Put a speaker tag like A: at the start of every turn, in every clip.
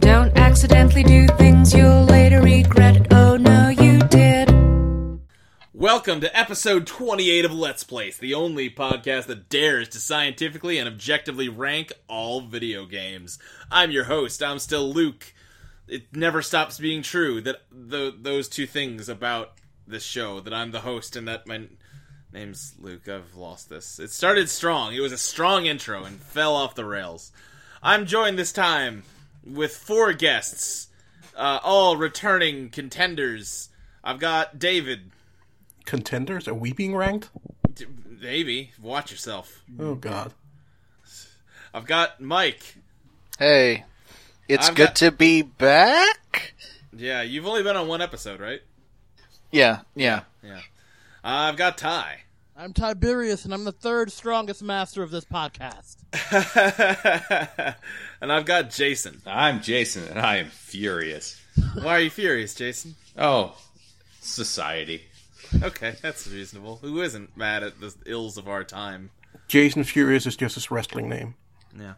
A: Don't accidentally do things you'll later regret. Oh no, you did.
B: Welcome to episode 28 of Let's Place, the only podcast that dares to scientifically and objectively rank all video games. I'm your host, I'm still Luke. It never stops being true that tho- those two things about this show that I'm the host and that my n- name's Luke. I've lost this. It started strong, it was a strong intro and fell off the rails. I'm joined this time with four guests, uh, all returning contenders. I've got David.
C: contenders? Are we being ranked?
B: D- Maybe. Watch yourself.
C: Oh God!
B: I've got Mike.
D: Hey, it's
B: I've
D: good
B: got-
D: to be back.
B: Yeah, you've only been on one episode, right?
D: Yeah, yeah.
B: Yeah. Uh, I've got Ty.
E: I'm Tiberius, and I'm the third strongest master of this podcast.
B: and I've got Jason.
F: I'm Jason, and I am furious.
B: Why are you furious, Jason?
F: Oh, society.
B: Okay, that's reasonable. Who isn't mad at the ills of our time?
C: Jason Furious is just his wrestling name.
B: Yeah.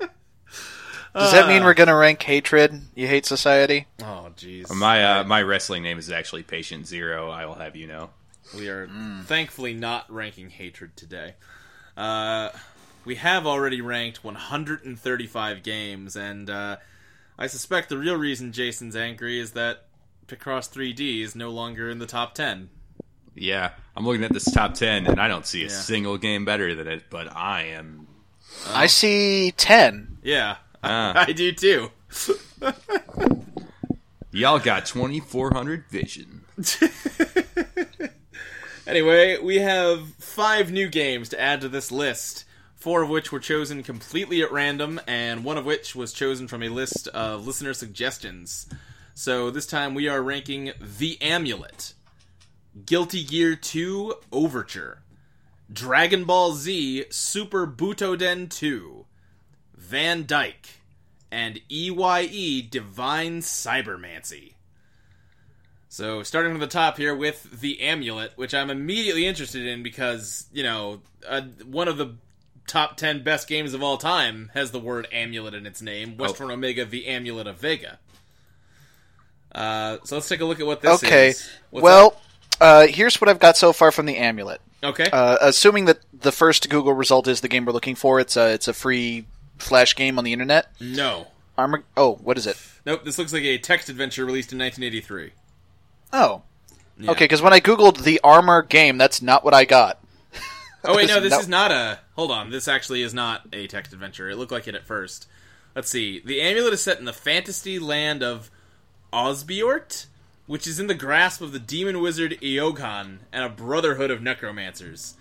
D: Does that
B: Uh.
D: mean we're gonna rank hatred? You hate society?
B: Oh, jeez.
F: My uh, my wrestling name is actually Patient Zero. I will have you know.
B: We are thankfully not ranking hatred today. Uh, we have already ranked 135 games, and uh, I suspect the real reason Jason's angry is that Picross 3D is no longer in the top 10.
F: Yeah, I'm looking at this top ten, and I don't see a
B: Yeah.
F: single game better than it. But I am.
B: Uh-huh.
D: I see ten.
B: Yeah,
F: Ah,
B: I do too.
F: y'all got 2400 vision.
B: Anyway, we have five new games to add to this list, four of which were chosen completely at random, and one of which was chosen from a list of listener suggestions. So this time we are ranking The Amulet, Guilty Gear 2 Overture, Dragon Ball Z Super Butoden 2, Van Dyke, and EYE Divine Cybermancy. So, starting from the top here with the amulet, which I'm immediately interested in because, you know, uh, one of the top 10 best games of all time has the word amulet in its name Western Omega, the amulet of Vega. Uh, so, let's take a look at what this
D: okay.
B: is. What's up?
D: well, uh, here's what I've got so far from the amulet.
B: okay.
D: Uh, assuming that the first Google result is the game we're looking for, it's a it's a free flash game on the internet.
B: no.
D: Armor. Oh, what is it?
B: Nope, this looks like a text adventure released in 1983.
D: Oh, Okay, 'cause okay. Because when I googled the armor game, that's not what I got.
B: Oh wait, no, this
D: No.
B: is not a. Hold on, this actually is not a text adventure. It looked like it at first. Let's see. The amulet is set in the fantasy land of Osbiort, which is in the grasp of the demon wizard Eogan and a brotherhood of necromancers.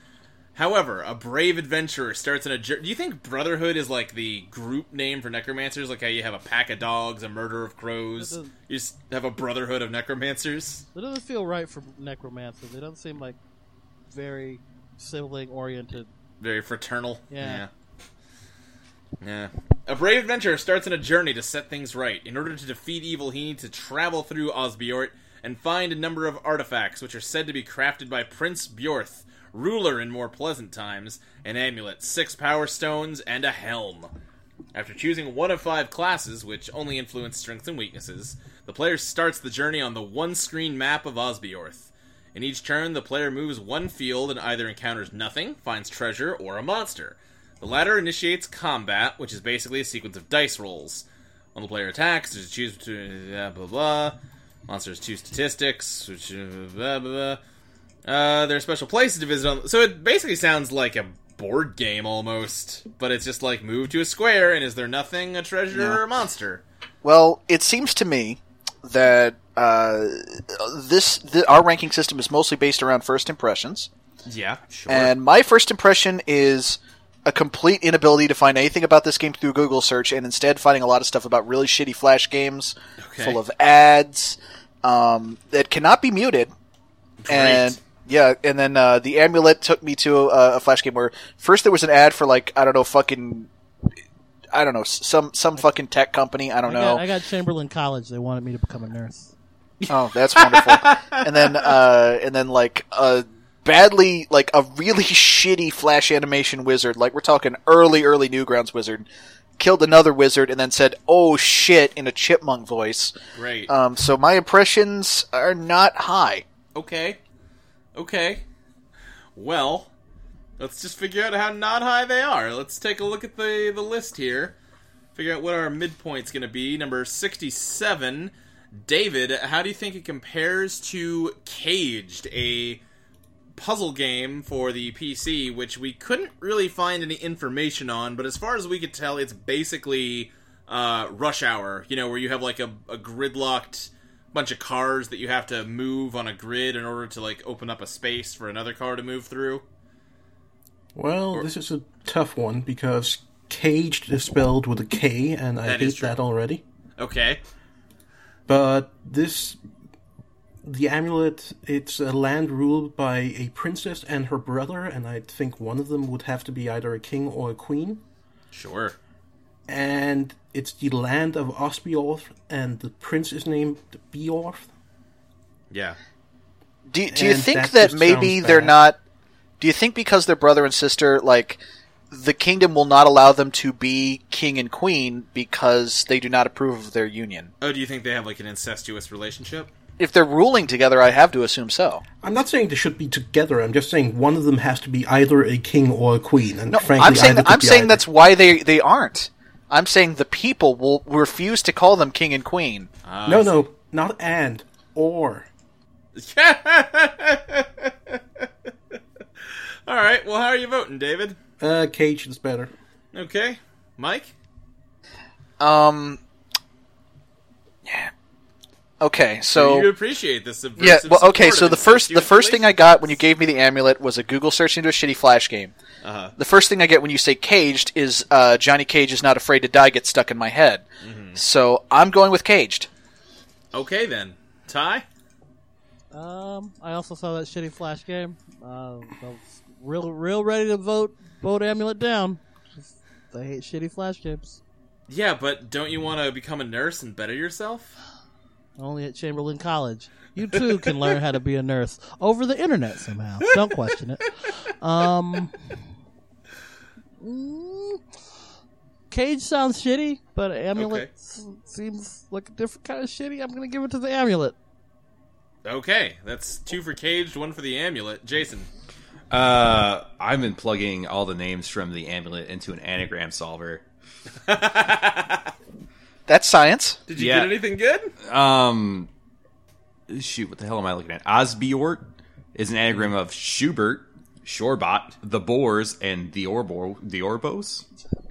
B: However, a brave adventurer starts in a. jour- Do you think Brotherhood is like the group name for necromancers? Like how you have a pack of dogs, a murder of crows.
E: That does-
B: You just have a brotherhood of necromancers.
E: It doesn't feel right for necromancers. They don't seem like very sibling oriented.
B: very fraternal. Yeah.
E: Yeah.
B: Yeah. A brave adventurer starts on a journey to set things right. In order to defeat evil, he needs to travel through Osbjort and find a number of artifacts which are said to be crafted by Prince Bjorth, ruler in more pleasant times, an amulet, six power stones, and a helm. After choosing one of five classes, which only influence strengths and weaknesses, the player starts the journey on the one screen map of Osbjorth. In each turn, the player moves one field and either encounters nothing, finds treasure, or a monster. The latter initiates combat, which is basically a sequence of dice rolls. When the player attacks, there's a choose between blah blah blah. Monsters two statistics, which uh, blah blah blah. Uh, there are special places to visit on. So it basically sounds like a board game almost, but it's just like move to a square, and is there nothing, a treasure, or a monster?
D: Well, it seems to me that uh, this th- our ranking system is mostly based around first impressions,
B: Yeah, sure.
D: and my first impression is a complete inability to find anything about this game through Google search, and instead finding a lot of stuff about really shitty flash games
B: Okay.
D: full of ads um, that cannot be muted. And yeah, and then uh, the amulet took me to a, a flash game where first there was an ad for like I don't know fucking. I don't know s- some some fucking tech company. I don't
E: I,
D: know.
E: got, I got Chamberlain College. They wanted me to become a nurse.
D: Oh, that's wonderful. and then, uh, and then like a badly, like a really shitty flash animation wizard. Like we're talking early, early Newgrounds wizard killed another wizard and then said, "Oh shit!" in a chipmunk voice.
B: Great.
D: Um, so my impressions are not high.
B: okay. Okay. Well, let's just figure out how not high they are. Let's take a look at the, the list here. Figure out what our midpoint's going to be. Number 67, David, how do you think it compares to Caged, a puzzle game for the PC, which we couldn't really find any information on, but as far as we could tell, it's basically uh, Rush Hour, you know, where you have like a, a gridlocked bunch of cars that you have to move on a grid in order to like open up a space for another car to move through.
C: Well, this is a tough one because caged is spelled with a K, and I
B: That is
C: hate
B: true.
C: that already.
B: Okay.
C: But this, the amulet, it's a land ruled by a princess and her brother, and I think one of them would have to be either a king or a queen.
B: Sure.
C: And it's the land of Osbiorth, and the prince is named Beorth.
B: Yeah.
D: Do, do you
C: And
D: think
C: that
D: that,
C: just
D: maybe
C: sounds
D: they're
C: bad.
D: not? Do you think because they're brother and sister, like the kingdom will not allow them to be king and queen because they do not approve of their union?
B: Oh, do you think they have like an incestuous relationship?
D: If they're ruling together, I have to assume so.
C: I'm not saying they should be together. I'm just saying one of them has to be either a king or a queen. And
D: No,
C: frankly,
D: I'm saying
C: either
D: that,
C: could
D: I'm
C: be
D: saying
C: either.
D: that's why they they aren't. I'm saying the people will refuse to call them king and queen.
C: no, no, not and or.
B: All right. Well, how are you voting, David?
C: Uh, Cage is better.
B: Okay. Mike?
D: Um. yeah. Okay, so
B: you appreciate this subversive
D: yeah, well, okay.
B: support
D: So
B: of
D: the first the first thing I
B: incestuous
D: got when you gave me the amulet was a Google search into a shitty Flash game.
B: Uh-huh.
D: The first thing I get when you say caged is uh, Johnny Cage is not afraid to die gets stuck in my head. So I'm going with caged.
B: relations? Okay, then. Ty?
E: Um, I also saw that shitty Flash game. Uh, I was real, real ready to vote vote Amulet down. Just- I hate shitty Flash games.
B: Yeah, but don't you want to become a nurse and better yourself?
E: Only at Chamberlain College. You too can learn how to be a nurse over the internet somehow. Don't question it. Um, mm, Cage sounds shitty, but Amulet
B: Okay.
E: s- seems like a different kind of shitty. I'm gonna give it to the Amulet.
B: Okay, that's two for caged, one for the amulet. Jason.
F: Uh, I've been plugging all the names from the amulet into an anagram solver.
D: That's science.
B: Did you
F: Yeah.
B: get anything good?
F: Um, shoot, what the hell am I looking at? Osbiort is an anagram of Schubert, Shorbot, the Boers, and the Orbo, the Orbos.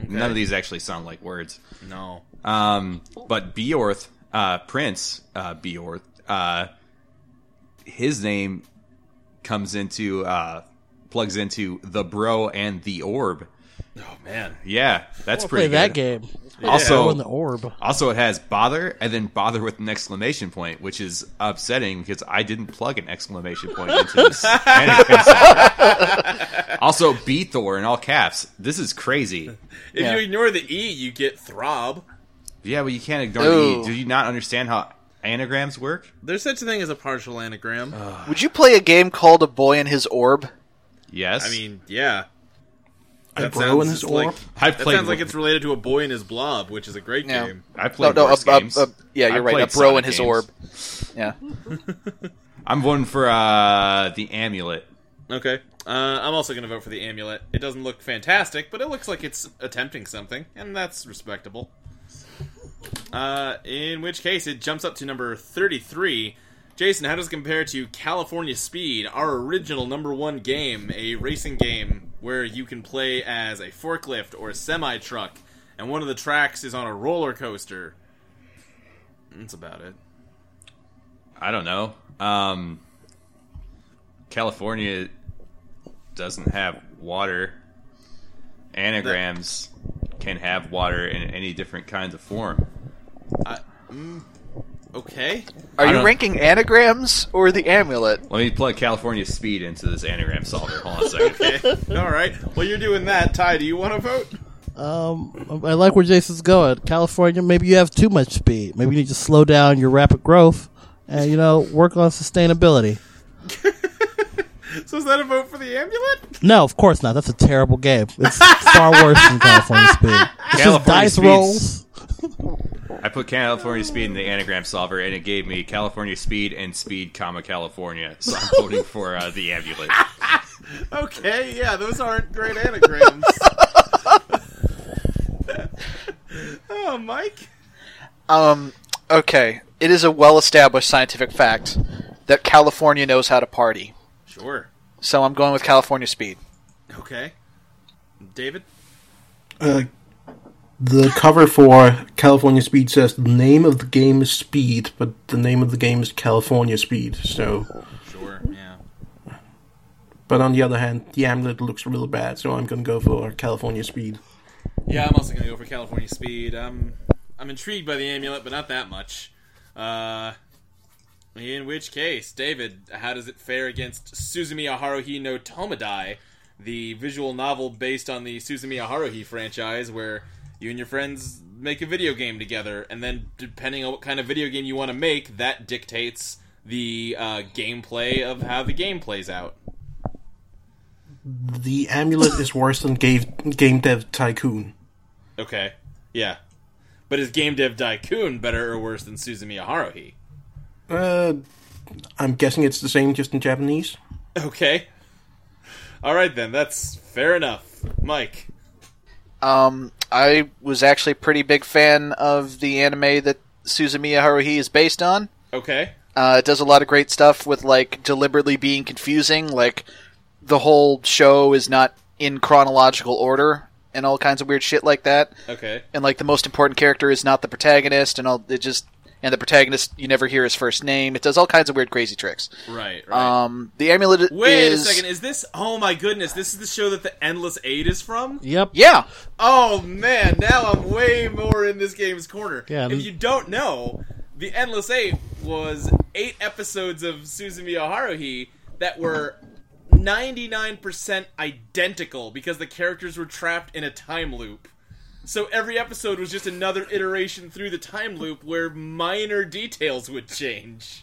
F: None of these actually sound like words.
B: No.
F: Um, but Beorth, uh, Prince uh, Beorth, uh, his name comes into uh, plugs into the Bro and the Orb.
B: Oh man.
F: Yeah, that's
E: Play
F: pretty good.
E: that game.
F: Also,
E: Oh, in the orb.
F: Also, it has bother and then bother with an exclamation point, which is upsetting because I didn't plug an exclamation point into this. anagram solver. also, Beethor in all caps. This is crazy.
B: If
D: Yeah.
B: you ignore the E, you get throb.
F: Yeah, but you can't ignore
D: Ooh.
F: the. E. Do you not understand how anagrams work?
B: There's such a thing as a partial anagram.
D: Would you play a game called A Boy and His Orb?
F: Yes.
B: I mean, yeah.
C: A
B: That
C: bro
B: sounds
C: and his
B: like-
C: orb.
F: I've
B: That
F: played.
B: sounds like it's related to a boy and his blob, which is a great
D: Yeah.
B: game.
F: I played
D: no, no,
F: worse
D: a- a-
F: games.
D: a- yeah, you're
F: I
D: right. A
F: played
D: bro
F: Sonic
D: and his
F: games.
D: orb. Yeah.
F: I'm voting for uh, the amulet.
B: Okay. Uh, I'm also going to vote for the amulet. It doesn't look fantastic, but it looks like it's attempting something, and that's respectable. Uh, in which case, it jumps up to number 33. Jason, how does it compare to California Speed, our original number one game, a racing game where you can play as a forklift or a semi truck, and one of the tracks is on a roller coaster? That's about it.
F: I don't know. Um, California doesn't have water. Anagrams can have water in any different kinds of form.
B: Okay.
D: Are
F: I
D: you
F: don't-
D: ranking anagrams or the amulet?
F: Let me plug California speed into this anagram solver. Hold on a second.
B: All right. Well, you're doing that. Ty, do you want to vote?
E: Um, I like where Jason's going. California, maybe you have too much speed. Maybe you need to slow down your rapid growth and, you know, work on sustainability.
B: So is that a vote for the amulet?
E: No, of course not. That's a terrible game. It's far worse than California Speed. It's
F: California
E: just dice
F: Speed's-
E: rolls.
F: I put California Speed in the anagram solver, and it gave me California Speed and Speed, comma California. So I'm voting for uh, the amulet.
B: Okay, yeah, those aren't great anagrams. oh, Mike.
D: Um, okay. It is a well established scientific fact that California knows how to party.
B: Sure.
D: So I'm going with California Speed.
B: Okay. David.
C: Uh, the cover for California Speed says the name of the game is Speed, but the name of the game is California Speed. So,
B: Sure. Yeah.
C: but on the other hand, the amulet looks real bad, so I'm gonna go for California Speed.
B: Yeah, I'm also gonna go for California Speed. Um, I'm intrigued by the amulet, but not that much. Uh, in which case, David, how does it fare against Suzumi Haruhi no Tomodai, the visual novel based on the Suzumi Haruhi franchise, where you and your friends make a video game together, and then depending on what kind of video game you want to make, that dictates the uh, gameplay of how the game plays out.
C: The amulet is worse than Game, game Dev Tycoon.
B: Okay. Yeah. But is Game Dev Tycoon better or worse than Suzumi Haruhi?
C: Uh, I'm guessing it's the same, just in Japanese.
B: Okay. All right then, that's fair enough. Mike.
D: Um, I was actually a pretty big fan of the anime that Suzumiya Haruhi is based on.
B: Okay.
D: Uh, it does a lot of great stuff with like deliberately being confusing. Like the whole show is not in chronological order and all kinds of weird shit like that.
B: Okay.
D: And like the most important character is not the protagonist and all. It just and the protagonist you never hear his first name. It does all kinds of weird crazy tricks.
B: Right. Right.
D: Um, the amulet
B: Wait
D: is
B: a second. Is this? Oh my goodness! This is the show that the Endless Eight is from.
E: Yep.
D: yeah.
B: Oh man, now I'm way more in this game's corner.
E: Yeah,
B: if
E: this-
B: you don't know, the Endless Eight was eight episodes of Suzumiya Haruhi that were 99% identical because the characters were trapped in a time loop. So every episode was just another iteration through the time loop where minor details would change.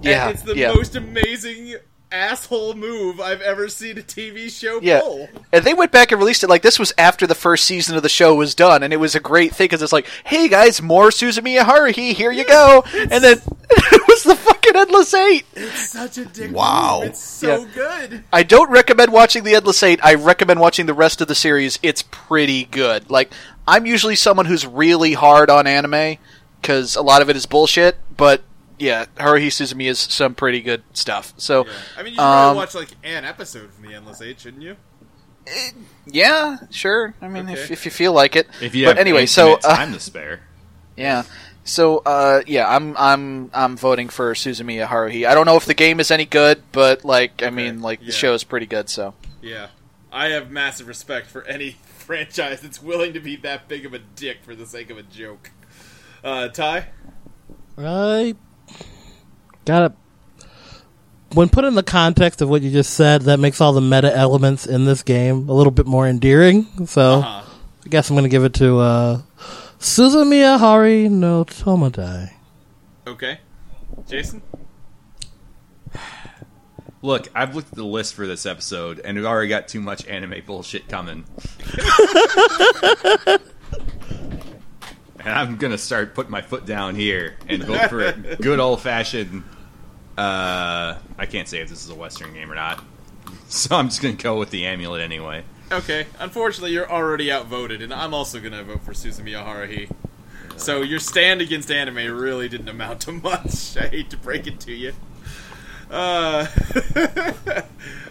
D: Yeah,
B: and it's the
D: yeah.
B: most amazing asshole move I've ever seen a TV show
D: Yeah.
B: pull.
D: And they went back and released it like this was after the first season of the show was done, and it was a great thing because it's like, hey guys, more Suzumiya Haruhi, here you go, and then it was the fucking Endless Eight.
B: Such a dick.
G: Wow.
B: move. It's so
D: Yeah.
B: good.
D: I don't recommend watching the Endless Eight. I recommend watching the rest of the series. It's pretty good. Like I'm usually someone who's really hard on anime because a lot of it is bullshit, but yeah, Haruhi Suzumiya is some pretty good stuff. So.
B: I mean, you should probably
D: Um,
B: watch like an episode from the Endless Eight, shouldn't you?
D: Yeah, sure. I mean, if,
B: Okay.
D: if you feel like it.
F: If you
D: but
F: have
D: anyway,
F: infinite
D: so uh,
F: time to spare.
D: yeah, so uh, yeah, I'm I'm I'm voting for Suzumiya Haruhi. I don't know if the game is any good, but like, I mean, like
B: yeah.
D: the show is pretty good. So
B: Yeah, I have massive respect for any franchise that's willing to be that big of a dick for the sake of a joke. Uh, Ty,
E: I got to When put in the context of what you just said, that makes all the meta elements in this game a little bit more endearing. So
B: Uh-huh.
E: I guess I'm going to give it to uh, Suzumiya Hari no Tomodai.
B: okay, Jason,
F: Look, I've looked at the list for this episode, and we've already got too much anime bullshit coming. and I'm gonna start putting my foot down here and vote for a good old fashioned. Uh, I can't say if this is a Western game or not, so I'm just gonna go with the amulet anyway.
B: okay. Unfortunately, you're already outvoted, and I'm also gonna vote for Suzumiya Haruhi. So your stand against anime really didn't amount to much. I hate to break it to you. Uh,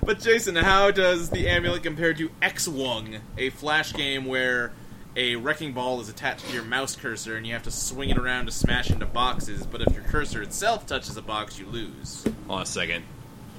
B: but Jason, how does the amulet compare to X Wung, a flash game where a wrecking ball is attached to your mouse cursor and you have to swing it around to smash into boxes? But if your cursor itself touches a box, you lose.
F: Hold on a second.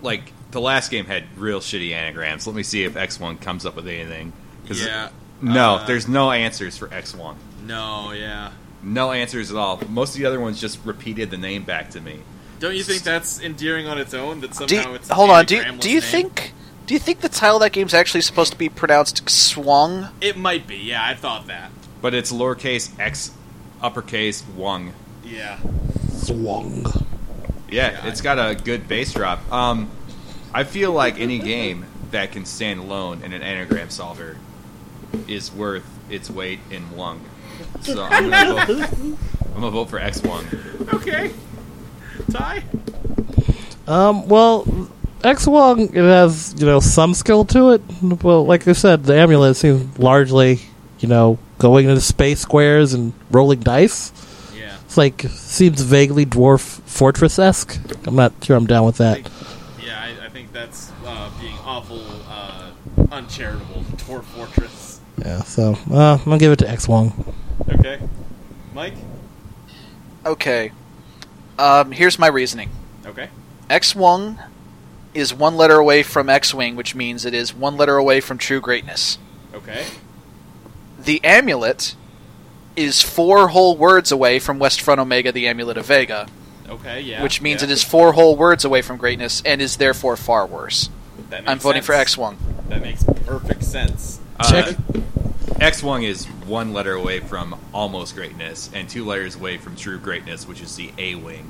F: Like the last game had real shitty anagrams. Let me see if X1 comes up with anything. 'Cause-
B: Yeah,
F: No,
B: uh,
F: there's no answers for X1.
B: No, yeah.
F: No answers at all. Most of the other ones just repeated the name back to me.
B: Don't you think that's endearing on its own? That
D: do you,
B: somehow it's
D: hold
B: Andy
D: on. Do you,
B: Gramle's
D: do you
B: name?
D: think do you think the title of that game's actually supposed to be pronounced Swung?
B: it might be? Yeah, I thought that.
F: But it's lowercase x, uppercase wung.
B: Yeah.
E: Swung.
F: Yeah, it's got a good bass drop. Um, I feel like any game that can stand alone in an anagram solver is worth its weight in Wong. So I'm gonna vote, I'm gonna vote for X Wong.
B: Okay. Ty?
E: Um, well, X Wong it has you know some skill to it. Well, like I said, the amulet seems largely you know going into space squares and rolling dice.
B: Yeah.
E: It's like seems vaguely dwarf fortress esque. I'm not sure I'm down with that.
B: Yeah, I, I think that's uh, being awful uh, uncharitable toward Fortress.
E: Yeah, so uh, I'm gonna give it to X Wong.
B: Okay. Mike?
D: Okay. Um, here's my reasoning.
B: Okay.
D: X Wong is one letter away from X Wing, which means it is one letter away from true greatness.
B: Okay.
D: The amulet is four whole words away from West Front Omega, the amulet of Vega,
B: Okay, yeah.
D: which means
B: yeah.
D: it is four whole words away from greatness and is therefore far worse.
B: That makes
D: I'm voting for
B: sense.
D: X Wong.
B: That makes perfect sense. Uh,
E: Check.
F: X Wong is one letter away from almost greatness and two letters away from true greatness, which is the A wing.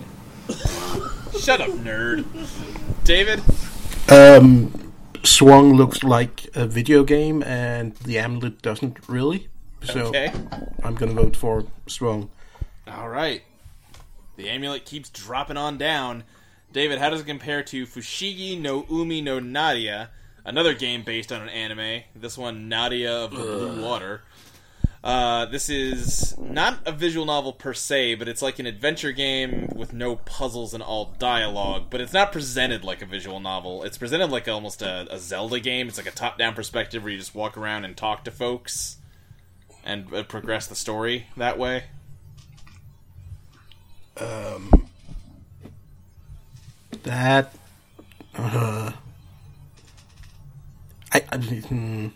B: Shut up, nerd. David?
C: Um, Swung looks like a video game, and the amulet doesn't really. So
B: Okay.
C: I'm going to vote for Swung.
B: All right. The amulet keeps dropping on down. David, how does it compare to Fushigi no Umi no Nadia, another game based on an anime? This one, Nadia of the Blue Water. Uh, this is not a visual novel per se, but it's like an adventure game with no puzzles and all dialogue. But it's not presented like a visual novel. It's presented like almost a, a Zelda game. It's like a top-down perspective where you just walk around and talk to folks and uh, progress the story that way.
C: That. Uh, I, I hmm.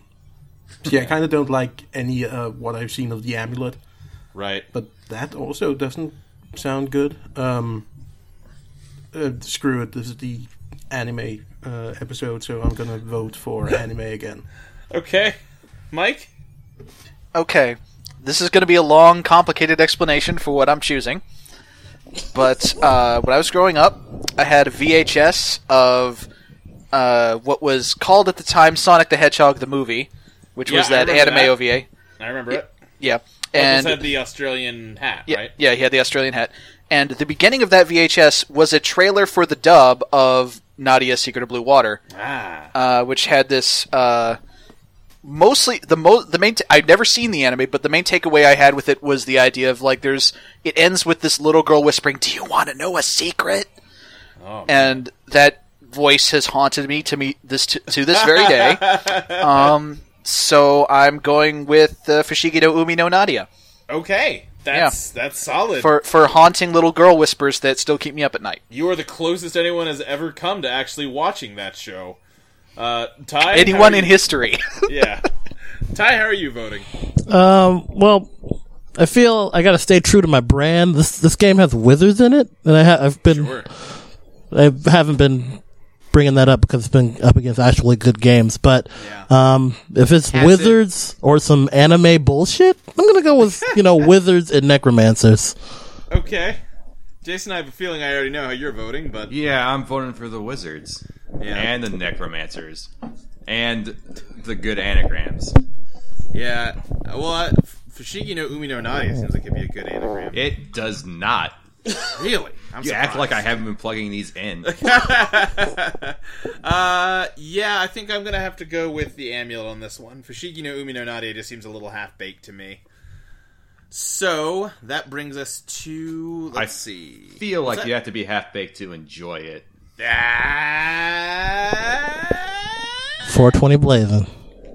C: See, I kind of don't like any uh, what I've seen of the amulet,
B: Right.
C: but that also doesn't sound good. Um, uh, screw it. This is the anime uh, episode, so I'm going to vote for anime again.
B: Okay. Mike?
D: Okay. This is going to be a long, complicated explanation for what I'm choosing. But uh, when I was growing up, I had a VHS of uh, what was called at the time Sonic the Hedgehog the movie, which
B: Yeah,
D: was
B: I
D: that
B: remember
D: anime
B: that.
D: OVA.
B: I remember it.
D: Yeah.
B: And
D: And
B: had the Australian hat,
D: yeah,
B: right?
D: yeah, he had the Australian hat. And the beginning of that VHS was a trailer for the dub of Nadia Secret of Blue Water.
B: Ah.
D: uh, which had this uh, mostly the mo- the main. T- I've never seen the anime, but the main takeaway I had with it was the idea of like there's it ends with this little girl whispering, "Do you want to know a secret?"
B: Oh,
D: and that voice has haunted me to me this to, to this very day. um, so I'm going with uh, Fushigi no Umi no Nadia
B: okay. That's that's solid.
D: for for haunting little girl whispers that still keep me up at night.
B: you are the closest anyone has ever come to actually watching that show. Uh, Ty, how
D: Anyone
B: are
D: in
B: you-
D: history?
B: yeah. Ty, how are you voting?
E: Um, well, I feel I gotta stay true to my brand. This this game has withers in it, and I ha- I've been
B: Sure.
E: I haven't been bringing that up because it's been up against actually good games. But um, if it's
F: Acid.
E: wizards or some anime bullshit, I'm gonna go with you know wizards and necromancers.
B: Okay. Jason, I have a feeling I already know how you're voting, but
F: Yeah, I'm voting for the wizards and the necromancers and the good anagrams.
B: yeah. Well, I, Fushigi no Umi no Nadia seems like it'd be a good anagram.
F: It does not.
B: really? I'm
F: You act
B: surprised.
F: like I haven't been plugging these in.
B: Uh, yeah, I think I'm gonna have to go with the amulet on this one. Fushigi no Umi no Nadia just seems a little half baked to me. So that brings us to let's
F: I-
B: see.
F: feel like
B: that-
F: you have to be half baked to enjoy it.
B: That...
E: 420 blazing.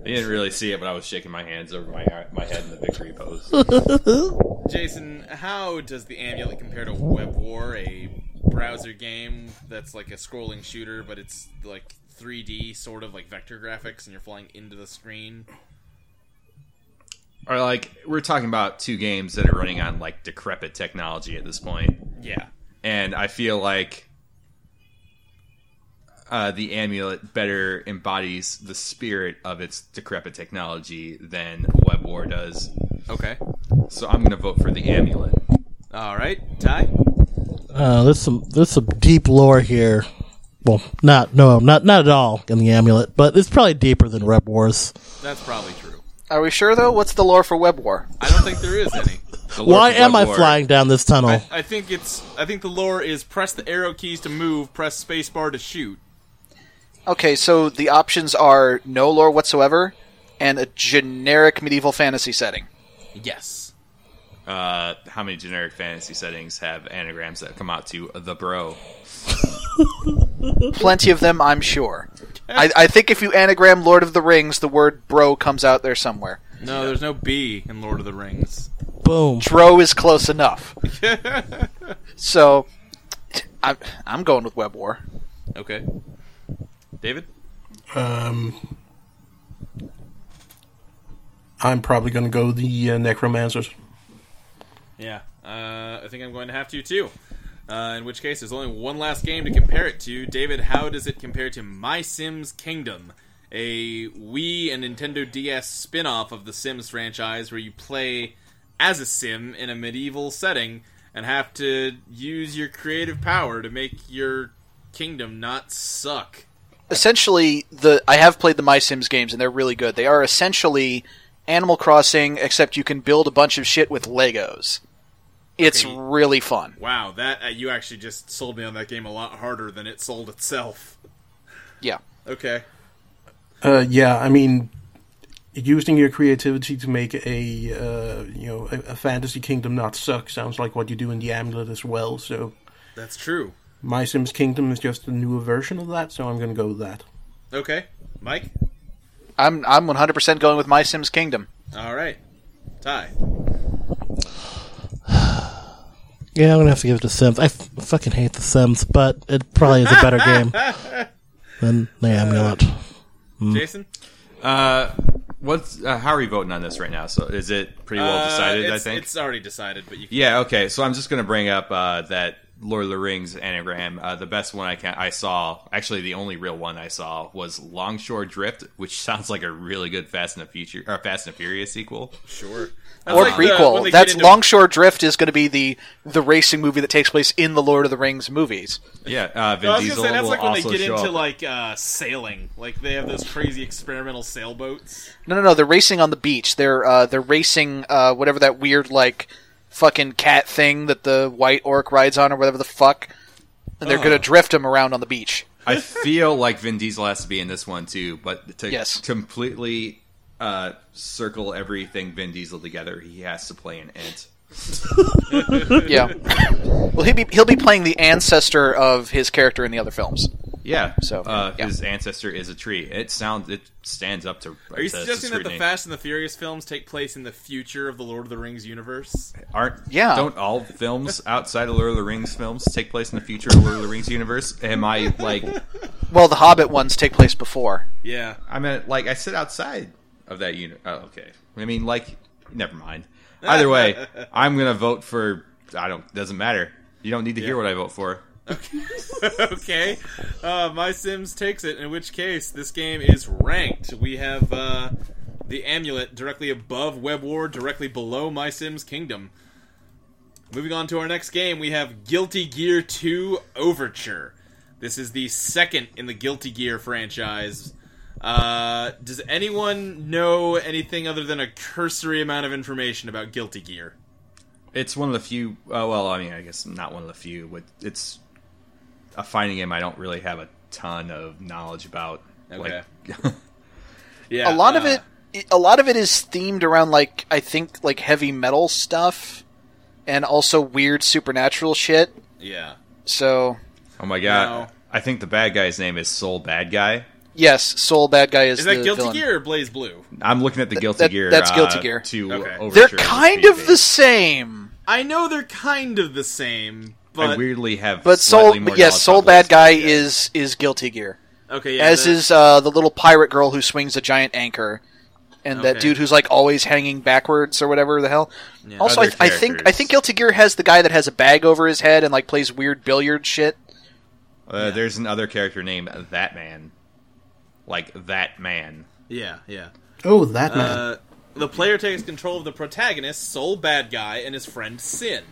F: I didn't really see it, but I was shaking my hands over my my head in the victory pose.
B: Jason, how does the amulet compare to Web War, a browser game that's like a scrolling shooter, but it's like 3D, sort of like vector graphics, and you're flying into the screen?
F: or like we're talking about two games that are running on like decrepit technology at this point,
B: Yeah.
F: and I feel like uh, the amulet better embodies the spirit of its decrepit technology than Web War does.
B: Okay.
F: So I'm gonna vote for the amulet.
B: All right, Ty.
E: Uh, there's some there's some deep lore here well, not no, not not at all in the amulet, but it's probably deeper than Reb Wars.
B: That's probably true.
D: Are we sure though? What's the lore for Web War?
B: I don't think there is any.
F: The Lord
E: Why
F: of
E: am I
F: Lord.
E: flying down this tunnel?
B: I, I think it's. I think the lore is press the arrow keys to move, press spacebar to shoot.
D: Okay, so the options are no lore whatsoever and a generic medieval fantasy setting.
B: Yes.
F: Uh, how many generic fantasy settings have anagrams that come out to the bro?
D: Plenty of them, I'm sure. I, I think if you anagram Lord of the Rings, the word bro comes out there somewhere.
B: No, there's no B in Lord of the Rings.
E: Boom.
D: Bro is close enough. so, I'm, I'm going with Web War.
B: Okay. David.
C: Um, I'm probably going to go the uh, necromancers.
B: Yeah. Uh, I think I'm going to have to too. Uh, in which case, there's only one last game to compare it to. David, how does it compare to My Sims Kingdom, a Wii and Nintendo DS spin off of the Sims franchise where you play as a Sim in a medieval setting and have to use your creative power to make your kingdom not suck?
D: essentially the I have played the My Sims games and they're really good. They are essentially Animal Crossing except you can build a bunch of shit with Legos. It's
B: Okay.
D: really fun.
B: Wow, that uh, you actually just sold me on that game a lot harder than it sold itself.
D: Yeah.
B: Okay.
C: Uh, yeah, I mean, using your creativity to make a uh, you know a, a fantasy kingdom not suck sounds like what you do in the amulet as well. So,
B: That's true.
C: My Sims Kingdom is just a newer version of that. So I'm going to go with that.
B: Okay. Mike?
D: I'm I'm 100% going with My Sims Kingdom.
B: All right. Ty.
F: Mm-hmm.
E: Yeah, I'm gonna have to give it to Sims. I f- fucking hate the Sims, but it probably is a better game than the Amulet.
B: Jason?
F: Uh, what's uh, how are you voting on this right now? So is it pretty well decided?
B: Uh,
F: I
B: it's,
F: think
B: It's already decided, but you can.
F: Yeah, okay. So I'm just going to bring up uh, that Lord of the Rings anagram. Uh, the best one I can I saw, actually the only real one I saw was Longshore Drift, which sounds like a really good Fast and the Future or Fast and Furious sequel.
B: Sure.
D: Or prequel. That's Longshore Drift is going to be the the racing movie that takes place in the Lord of the Rings movies.
F: Yeah, uh, Vin
B: I was
F: Diesel
B: gonna say that's
F: will
B: like when they
F: also
B: get
F: show
B: into
F: up.
B: like uh, sailing. Like they have those crazy experimental sailboats.
D: No, no, no, they're racing on the beach. They're uh, they're racing uh, whatever that weird like fucking cat thing that the white orc rides on or whatever the fuck. And they're going to drift him around on the beach.
F: I feel like Vin Diesel has to be in this one too, but to
D: Yes.
F: completely uh, circle everything Vin Diesel together, he has to play an ant.
D: Yeah. well, he'll be he'll be playing the ancestor of his character in the other films.
F: Yeah,
D: So,
F: uh,
D: yeah.
F: his ancestor is a tree. It sounds it stands up to.
B: Are you
F: to
B: suggesting that the
F: scrutiny.
B: Fast and the Furious films take place in the future of the Lord of the Rings universe?
F: Aren't
D: Yeah.
F: Don't all films outside of Lord of the Rings films take place in the future of Lord of the Rings universe? Am I like
D: Well, the Hobbit ones take place before.
B: Yeah.
F: I mean like I sit outside of that unit? Oh, okay. I mean like never mind. Either way, I'm gonna vote for. I don't. Doesn't matter. You don't need to hear what I vote for.
B: okay. Uh, My Sims takes it, in which case this game is ranked. We have uh, the amulet directly above Web War, directly below My Sims Kingdom. Moving on to our next game, we have Guilty Gear 2 Overture. This is the second in the Guilty Gear franchise. Uh, does anyone know anything other than a cursory amount of information about Guilty Gear?
F: It's one of the few. Uh, well, I mean, I guess not one of the few, but it's a fighting game I don't really have a ton of knowledge about.
B: Okay.
F: Like,
B: Yeah,
D: a lot of
B: uh,
D: it, a lot of it is themed around like I think like heavy metal stuff, and also weird supernatural shit.
B: Yeah.
D: So
F: oh my god!
B: No.
F: I think the bad guy's name is Soul Bad Guy.
D: yes, Soul Bad Guy is,
B: Is that
D: the
B: Guilty
D: villain.
B: Gear or Blaze Blue?
F: I'm looking at the Guilty
D: that-
F: Gear.
D: that's
F: uh,
D: Guilty Gear.
F: To
B: Okay. They're
D: They're
F: Overture
D: kind
F: to
D: of
F: TV.
D: the same,
B: I know they're kind of the same,
F: I
B: but
F: weirdly have,
D: but Soul,
F: slightly more
D: but yes,
F: knowledge
D: Soul
F: about
D: Bad
F: Blaze
D: Guy
F: Blue.
D: is is Guilty Gear.
B: okay, yeah,
D: As
B: the-
D: is uh, the little pirate girl who swings a giant anchor, and that
B: Okay.
D: dude who's like always hanging backwards or whatever the hell. Also, I,
F: Other
D: I think I
F: characters.
D: think Guilty Gear has the guy that has a bag over his head and like plays weird billiard shit.
F: Uh, There's another character named That Man, like That Man.
B: yeah, yeah.
C: Oh, that man.
B: Uh, the player takes control of the protagonist, sole bad guy, and his friend Sin.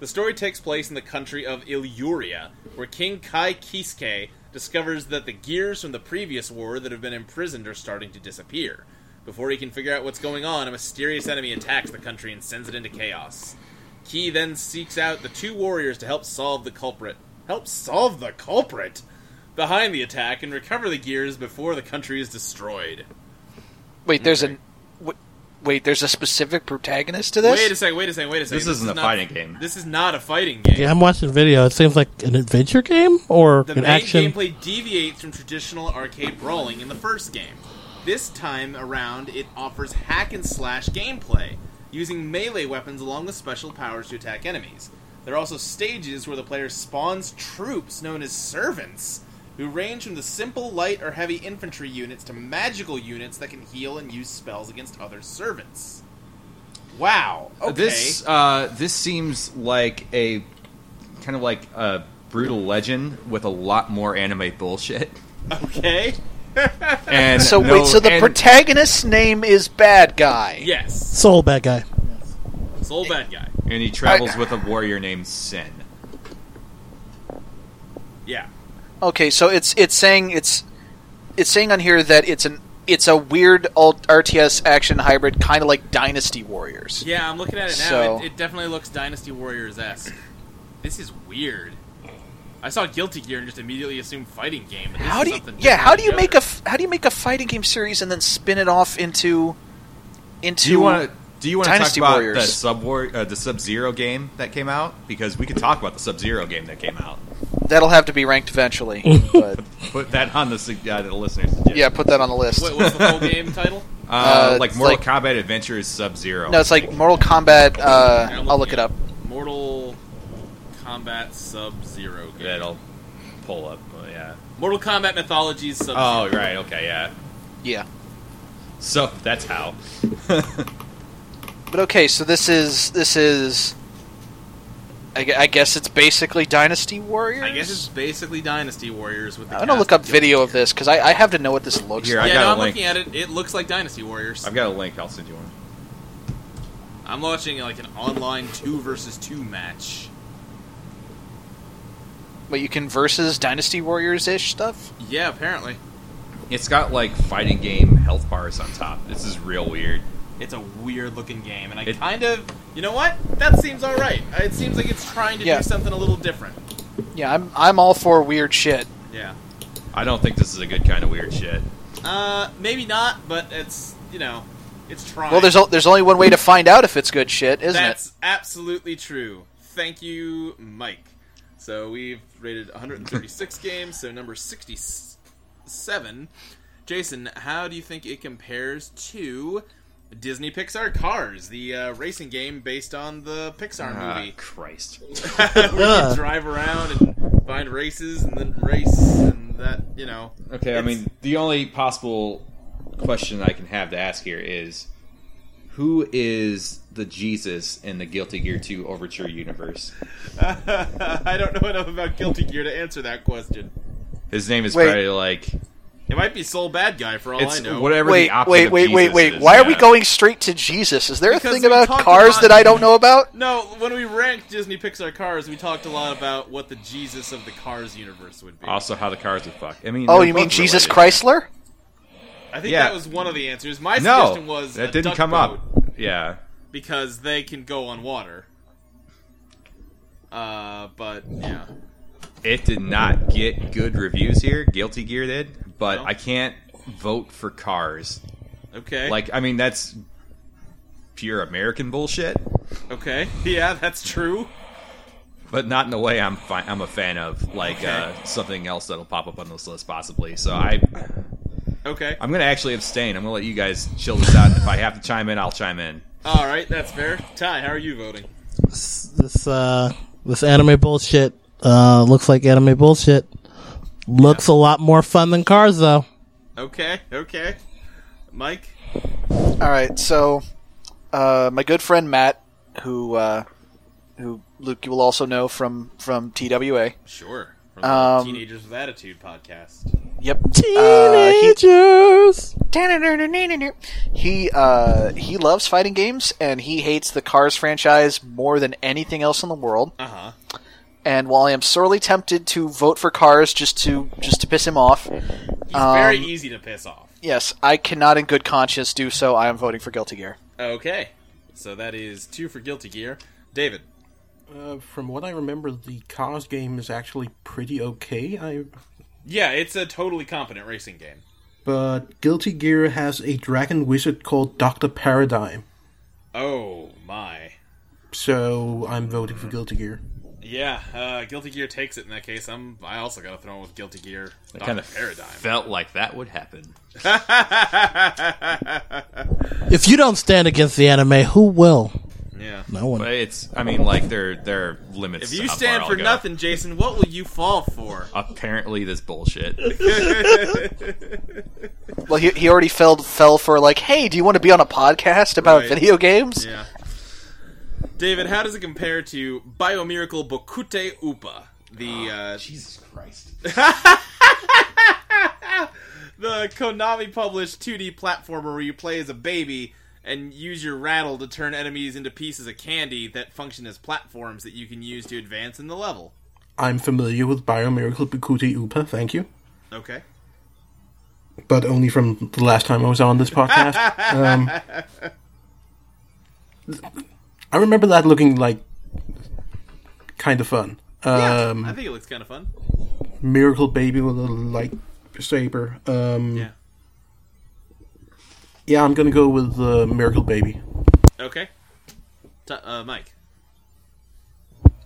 B: The story takes place in the country of Iluria, where King Kai Kiske discovers that the gears from the previous war that have been imprisoned are starting to disappear. Before he can figure out what's going on, a mysterious enemy attacks the country and sends it into chaos. Key then seeks out the two warriors to help solve the culprit. Help solve the culprit behind the attack and recover the gears before the country is destroyed.
D: Wait, there's an wait, wait, there's a specific protagonist to this.
B: Wait a second, wait a second, wait a second.
F: This isn't a
B: not-
F: fighting game.
B: This is not a fighting game.
E: Yeah, I'm watching video. It seems like an adventure game or
B: The
E: an
B: main
E: action.
B: gameplay deviates from traditional arcade brawling in the first game. This time around, it offers hack and slash gameplay, using melee weapons along with special powers to attack enemies. There are also stages where the player spawns troops known as servants, who range from the simple light or heavy infantry units to magical units that can heal and use spells against other servants. Wow. Okay.
F: This uh, this seems like a kind of like a brutal legend with a lot more anime bullshit.
B: okay.
F: And
D: so
F: no-
D: wait, so the
F: and-
D: protagonist's name is bad guy.
B: Yes.
E: Soul bad guy.
B: Soul bad guy.
F: and he travels with a warrior named Sin.
B: Yeah.
D: Okay, so it's it's saying it's it's saying on here that it's an it's a weird alt RTS action hybrid, kind of like Dynasty Warriors.
B: Yeah, I'm looking at it now.
D: So-
B: It, it definitely looks Dynasty Warriors esque. This is weird. I saw Guilty Gear and just immediately assumed fighting game. But this
D: How
B: is
D: do you,
B: something
D: yeah?
B: different
D: How do you make
B: altogether.
D: a f- how do you make a fighting game series and then spin it off into into?
F: Do you want to? Do you want to talk
D: Dynasty
F: about the
D: Warriors.
F: sub war, uh, the Sub Zero game that came out? Because we could talk about the Sub Zero game that came out.
D: That'll have to be ranked eventually. But
F: Put that on the, sug- uh, the listeners.
D: yeah, put that on the list.
B: What, what's the whole game title?
F: Uh,
D: Uh,
F: like
D: it's
F: Mortal
D: like-
F: Kombat Adventures Sub Zero.
D: No, it's like Mortal Kombat. Uh,
B: I'm
D: I'll look
B: looking
D: it
B: at
D: up.
B: Mortal Kombat Sub Zero game.
F: that'll pull up. but yeah.
B: Mortal Kombat Mythologies Sub Zero.
F: Oh right. Okay. Yeah.
D: Yeah,
F: So that's how.
D: but okay. So this is this is. I, gue- I guess it's basically Dynasty Warriors.
B: I guess it's basically Dynasty Warriors with the
D: I'm gonna
B: cast
D: look up
B: of Guilty
D: video of
B: Gear.
D: this because I, I have to know what this looks
F: Here,
D: like.
B: yeah,
F: I got
B: no,
F: a
B: I'm
F: link.
B: looking at it. It looks like Dynasty Warriors.
F: I've got a link. I'll send you one.
B: I'm watching like an online two versus two match.
D: But you can versus Dynasty Warriors ish stuff.
B: Yeah, apparently
F: It's got like fighting game health bars on top. This is real weird.
B: It's a weird looking game, and I
F: It-
B: kind of, you know what? That seems all right. It seems like it's trying to
D: Yeah.
B: do something a little different.
D: Yeah, I'm I'm all for weird shit.
B: Yeah.
F: I don't think this is a good kind of weird shit.
B: Uh, maybe not, but it's you know, it's trying.
D: Well, there's o- there's only one way to find out if it's good shit, isn't
B: That's
D: it?
B: absolutely true. Thank you, Mike. So we've rated 136 games. So number 67. Jason, how do you think it compares to Disney Pixar Cars, the uh, racing game based on the Pixar
F: Ah,
B: movie?
F: Christ.
B: where
E: Ugh.
B: you drive around and find races and then race and that you know
F: Okay, I
B: It's-
F: mean, the only possible question I can have to ask here is who is the Jesus in the Guilty Gear 2 Overture universe?
B: i don't know enough about guilty gear to answer that question
F: His name is
D: Wait.
F: probably like
B: it might be soul bad guy for all i
F: it's
B: know
F: whatever
D: Wait,
F: the opposite
D: wait, wait,
F: of
D: wait,
F: Jesus
D: wait.
F: is,
D: Why are we
F: yeah.
D: going straight to Jesus? Is there a
B: Because
D: thing
B: we
D: about
B: talked
D: cars
B: about-
D: that I don't know about?
B: no when we ranked disney pixar cars we talked a lot about what the jesus of the cars universe would be
F: Also, how the cars would fuck. I mean,
D: Oh,
F: they're
D: you mean
F: both
D: Jesus
F: related.
D: Chrysler?
B: i think
F: yeah.
B: that was one of the answers my
F: No,
B: suggestion was a
F: that didn't
B: duck
F: come up.
B: boat,
F: Yeah,
B: because they can go on water uh but yeah
F: it did not get good reviews here. Guilty Gear did, but
B: No.
F: I can't vote for Cars.
B: okay
F: Like, I mean, that's pure American bullshit.
B: okay yeah that's true
F: but not in the way I'm fi- I'm a fan of, like uh, something else that'll pop up on this list possibly. So I
B: okay
F: I'm gonna actually abstain. I'm gonna let you guys chill this out. if I have to chime in, I'll chime in.
B: All right, that's fair. Ty, how are you voting?
E: This this, uh, this anime bullshit uh, looks like anime bullshit. Looks a lot more fun than Cars though.
B: Okay, okay. Mike?
D: All right, so uh, my good friend Matt, who uh, who Luke you will also know from from TWA.
B: Sure. From the
D: Um,
B: Teenagers with Attitude podcast.
D: Yep, Uh, he-
E: Teenagers.
D: He uh, he loves fighting games and he hates the Cars franchise more than anything else in the world.
B: Uh huh.
D: And while I am sorely tempted to vote for Cars just to just to piss him off, um,
B: Very easy to piss off.
D: yes, I cannot in good conscience do so. I am voting for Guilty Gear.
B: Okay, so that is two for Guilty Gear. David,
C: Uh, from what I remember, the Cars game is actually pretty okay. I
B: yeah, it's a totally competent racing game.
C: but Guilty Gear has a dragon wizard called Doctor Paradigm,
B: Oh my.
C: so I'm voting for Guilty Gear.
B: Yeah, uh, Guilty Gear takes it in that case. I'm. I also got to throw in with Guilty Gear.
F: I
B: Dr.
F: kind of
B: paradigm.
F: felt like that would happen.
E: If you don't stand against the anime, who will?
B: yeah.
E: No one.
F: But it's, I mean, like there there are limits.
B: If
F: to
B: you
F: how far
B: stand
F: I'll
B: for
F: go.
B: nothing, Jason, what will you fall for?
F: apparently this bullshit.
D: Well, he, he already fell fell for like, hey, do you want to be on a podcast about
B: Right.
D: video games?
B: Yeah. David, how does it compare to Biomiracle Bokute Upa? The uh,
F: Oh, Jesus Christ.
B: the Konami published 2D platformer where you play as a baby and use your rattle to turn enemies into pieces of candy that function as platforms that you can use to advance in the level.
C: I'm familiar with Biomiracle Bikuti Upa, thank you,
B: Okay.
C: but only from the last time I was on this podcast. um, I remember that looking like kind of fun.
B: Yeah,
C: Um,
B: I think it looks kind of fun.
C: Miracle Baby with a lightsaber. Um,
B: Yeah.
C: yeah, I'm gonna go with uh, Miracle Baby.
B: Okay. T- uh, Mike.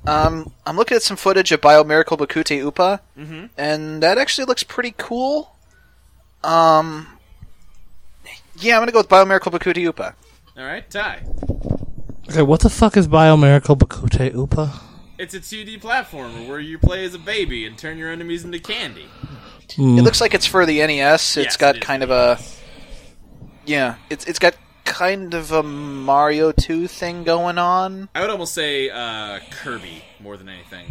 D: Um, I'm looking at some footage of Biomiracle Bakute Upa,
B: Mm-hmm.
D: and that actually looks pretty cool. Um, yeah, I'm gonna go with Biomiracle Bakute Upa.
B: All right, Ty.
E: Okay, what the fuck is Biomiracle Bakute Upa?
B: It's a 2D platformer where you play as a baby and turn your enemies into candy.
D: It looks like it's for the NES.
B: Yes,
D: It's got
B: it is
D: kind of a yeah. It's it's got kind of a Mario Two thing going on.
B: I would almost say uh, Kirby more than anything.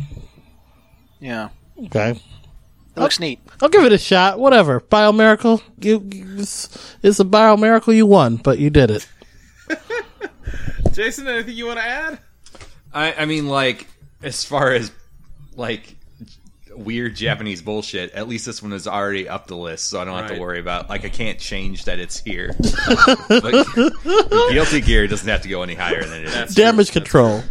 D: Yeah,
E: Okay.
D: it looks neat.
E: I'll give it a shot. Whatever. Biomiracle. You, you- it's, it's a biomiracle you won, but you did it.
B: Jason, anything you want to add?
F: I, I mean, like as far as like weird Japanese bullshit, at least this one is already up the list, so I don't have
B: Right.
F: to worry about. Like I can't change that it's here. but Guilty Gear doesn't have to go any higher than it is.
B: That's
E: Damage
B: true.
E: control.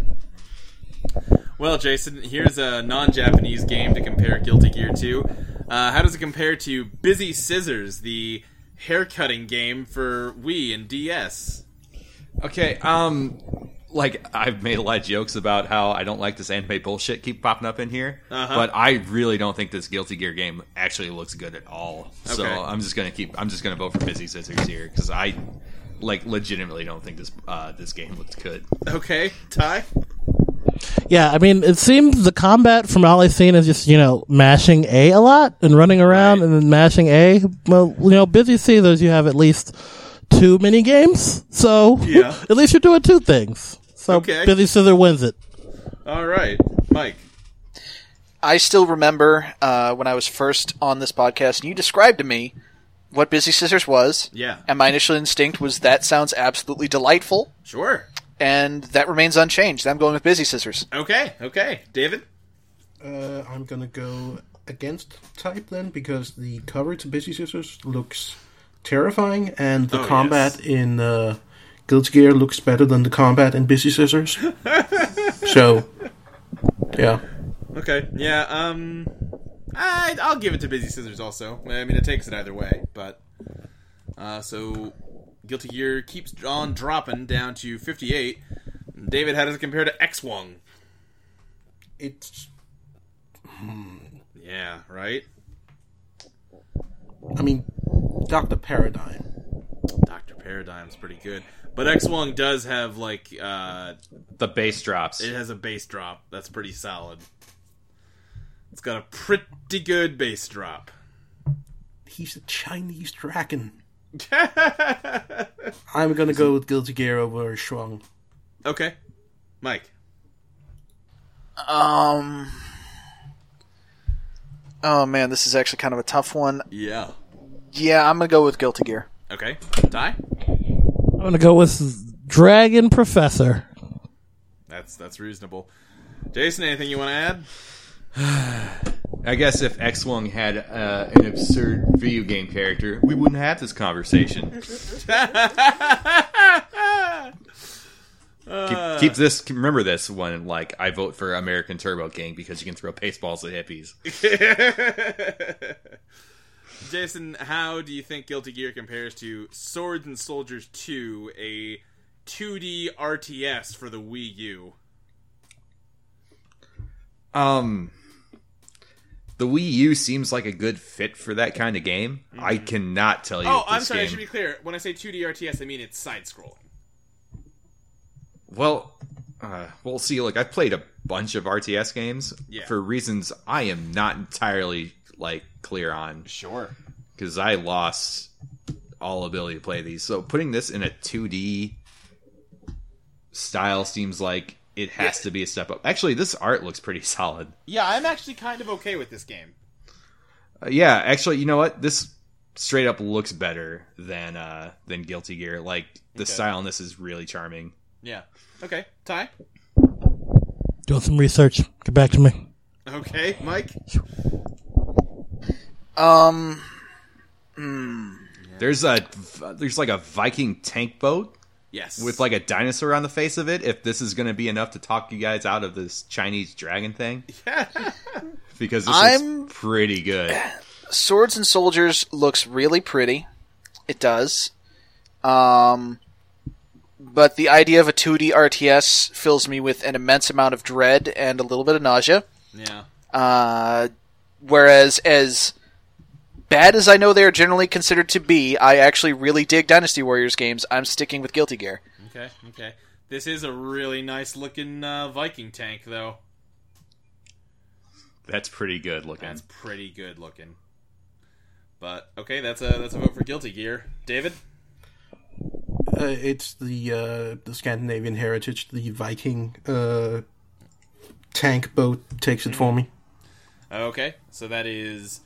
B: Well, Jason, here's a non-Japanese game to compare Guilty Gear to. Uh, how does it compare to Busy Scissors, the haircutting game for Wii and DS?
F: Okay, um like I've made a lot of jokes about how I don't like this anime bullshit keep popping up in here,
B: Uh-huh.
F: but I really don't think this Guilty Gear game actually looks good at all. So
B: Okay.
F: I'm just gonna keep. I'm just gonna vote for Busy Scissors here because I like legitimately don't think this uh, this game looks good.
B: Okay, Ty.
E: Yeah, I mean, it seems the combat from all I've seen is just, you know, mashing A a lot and running around
B: Right.
E: and then mashing A. Well, you know, busy seasons, you have at least two mini games. So,
B: Yeah.
E: at least you're doing two things. So,
B: Okay.
E: busy scissor wins it.
B: All right, Mike.
D: I still remember uh, when I was first on this podcast, and you described to me what Busy Scissors was.
B: Yeah.
D: And my initial instinct was that sounds absolutely delightful,
B: Sure.
D: and that remains unchanged. I'm going with Busy Scissors.
B: Okay. Okay. David.
C: Uh, I'm gonna go against type then because the cover to Busy Scissors looks terrifying, and the
B: Oh,
C: combat
B: yes.
C: in uh, Guilty Gear looks better than the combat in Busy Scissors. so, yeah,
B: Okay. Yeah. Um. I, I'll give it to Busy Scissors. Also, I mean, it takes it either way. But uh, so Guilty Gear keeps on dropping down to 58. David, how does it compare to X Wong?
C: it's.
B: Yeah. Right.
C: I mean, Doctor Paradigm.
B: Doctor Paradigm's pretty good, but X Wong does have like uh,
F: The bass drops.
B: it has a bass drop that's pretty solid. It's got a pretty good bass drop.
C: He's a Chinese dragon. I'm gonna go with Guilty Gear over Shuang.
B: okay, Mike.
D: Um. Oh man, this is actually kind of a tough one.
B: Yeah.
D: Yeah, I'm gonna go with Guilty Gear.
B: Okay. Ty.
E: I'm going to go with Dragon Professor.
B: That's that's reasonable. Jason, anything you want to add?
F: I guess if X Wong had uh, an absurd video game character, we wouldn't have this conversation. keep, keep this. keep- Remember this one. Like I vote for American Turbo King because you can throw baseballs at hippies.
B: Jason, how do you think Guilty Gear compares to Swords and Soldiers 2, a 2D RTS for the Wii U?
F: Um, the Wii U seems like a good fit for that kind of game. I cannot tell you.
B: Oh,
F: if
B: I'm
F: this
B: sorry, I
F: game-
B: should be clear. When I say 2D RTS, I mean it's side scrolling.
F: Well, uh, we'll see. Like I've played a bunch of RTS games
B: Yeah.
F: for reasons I am not entirely like clear on
B: Sure.
F: because I lost all ability to play these. So putting this in a 2D style seems like it has to be a step up. Actually, this art looks pretty solid.
B: Yeah, I'm actually kind of okay with this game.
F: Uh, yeah, actually, you know what? This straight up looks better than uh than Guilty Gear. Like the style on this is really charming.
B: Yeah. Okay. Ty?
E: Doing some research. Get back to me.
B: Okay. Mike?
D: Um,
F: There's a there's like a Viking tank boat
B: Yes.
F: with like a dinosaur on the face of it if this is going to be enough to talk you guys out of this Chinese dragon thing. because this
D: I'm-
F: is pretty good.
D: Swords and Soldiers looks really pretty. It does. Um, but the idea of a 2D RTS fills me with an immense amount of dread and a little bit of nausea.
B: yeah.
D: Uh, whereas, as bad as I know they are generally considered to be, I actually really dig Dynasty Warriors games. I'm sticking with Guilty Gear.
B: Okay. Okay. This is a really nice looking uh, Viking tank, though.
F: That's pretty good looking.
B: That's pretty good looking. But okay, that's a that's a vote for Guilty Gear. David?
C: Uh, it's the uh, the Scandinavian heritage. The Viking uh, tank boat takes it
B: Mm.
C: for me.
B: Okay, so that is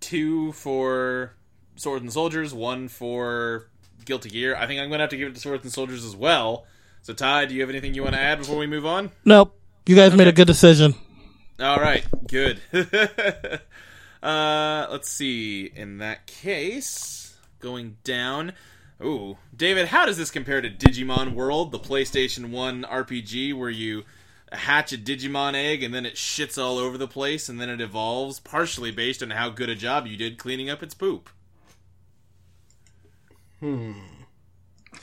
B: two for Swords and Soldiers, one for Guilty Gear. I think I'm going to have to give it to Swords and Soldiers as well. So, Ty, do you have anything you want to add before we move on?
E: Nope. You guys made a good decision.
B: All right, good. uh, let's see. In that case, going down. Ooh, David, how does this compare to Digimon World, the PlayStation 1 RPG where you hatch a Digimon egg and then it shits all over the place and then it evolves, partially based on how good a job you did cleaning up its poop? Hmm.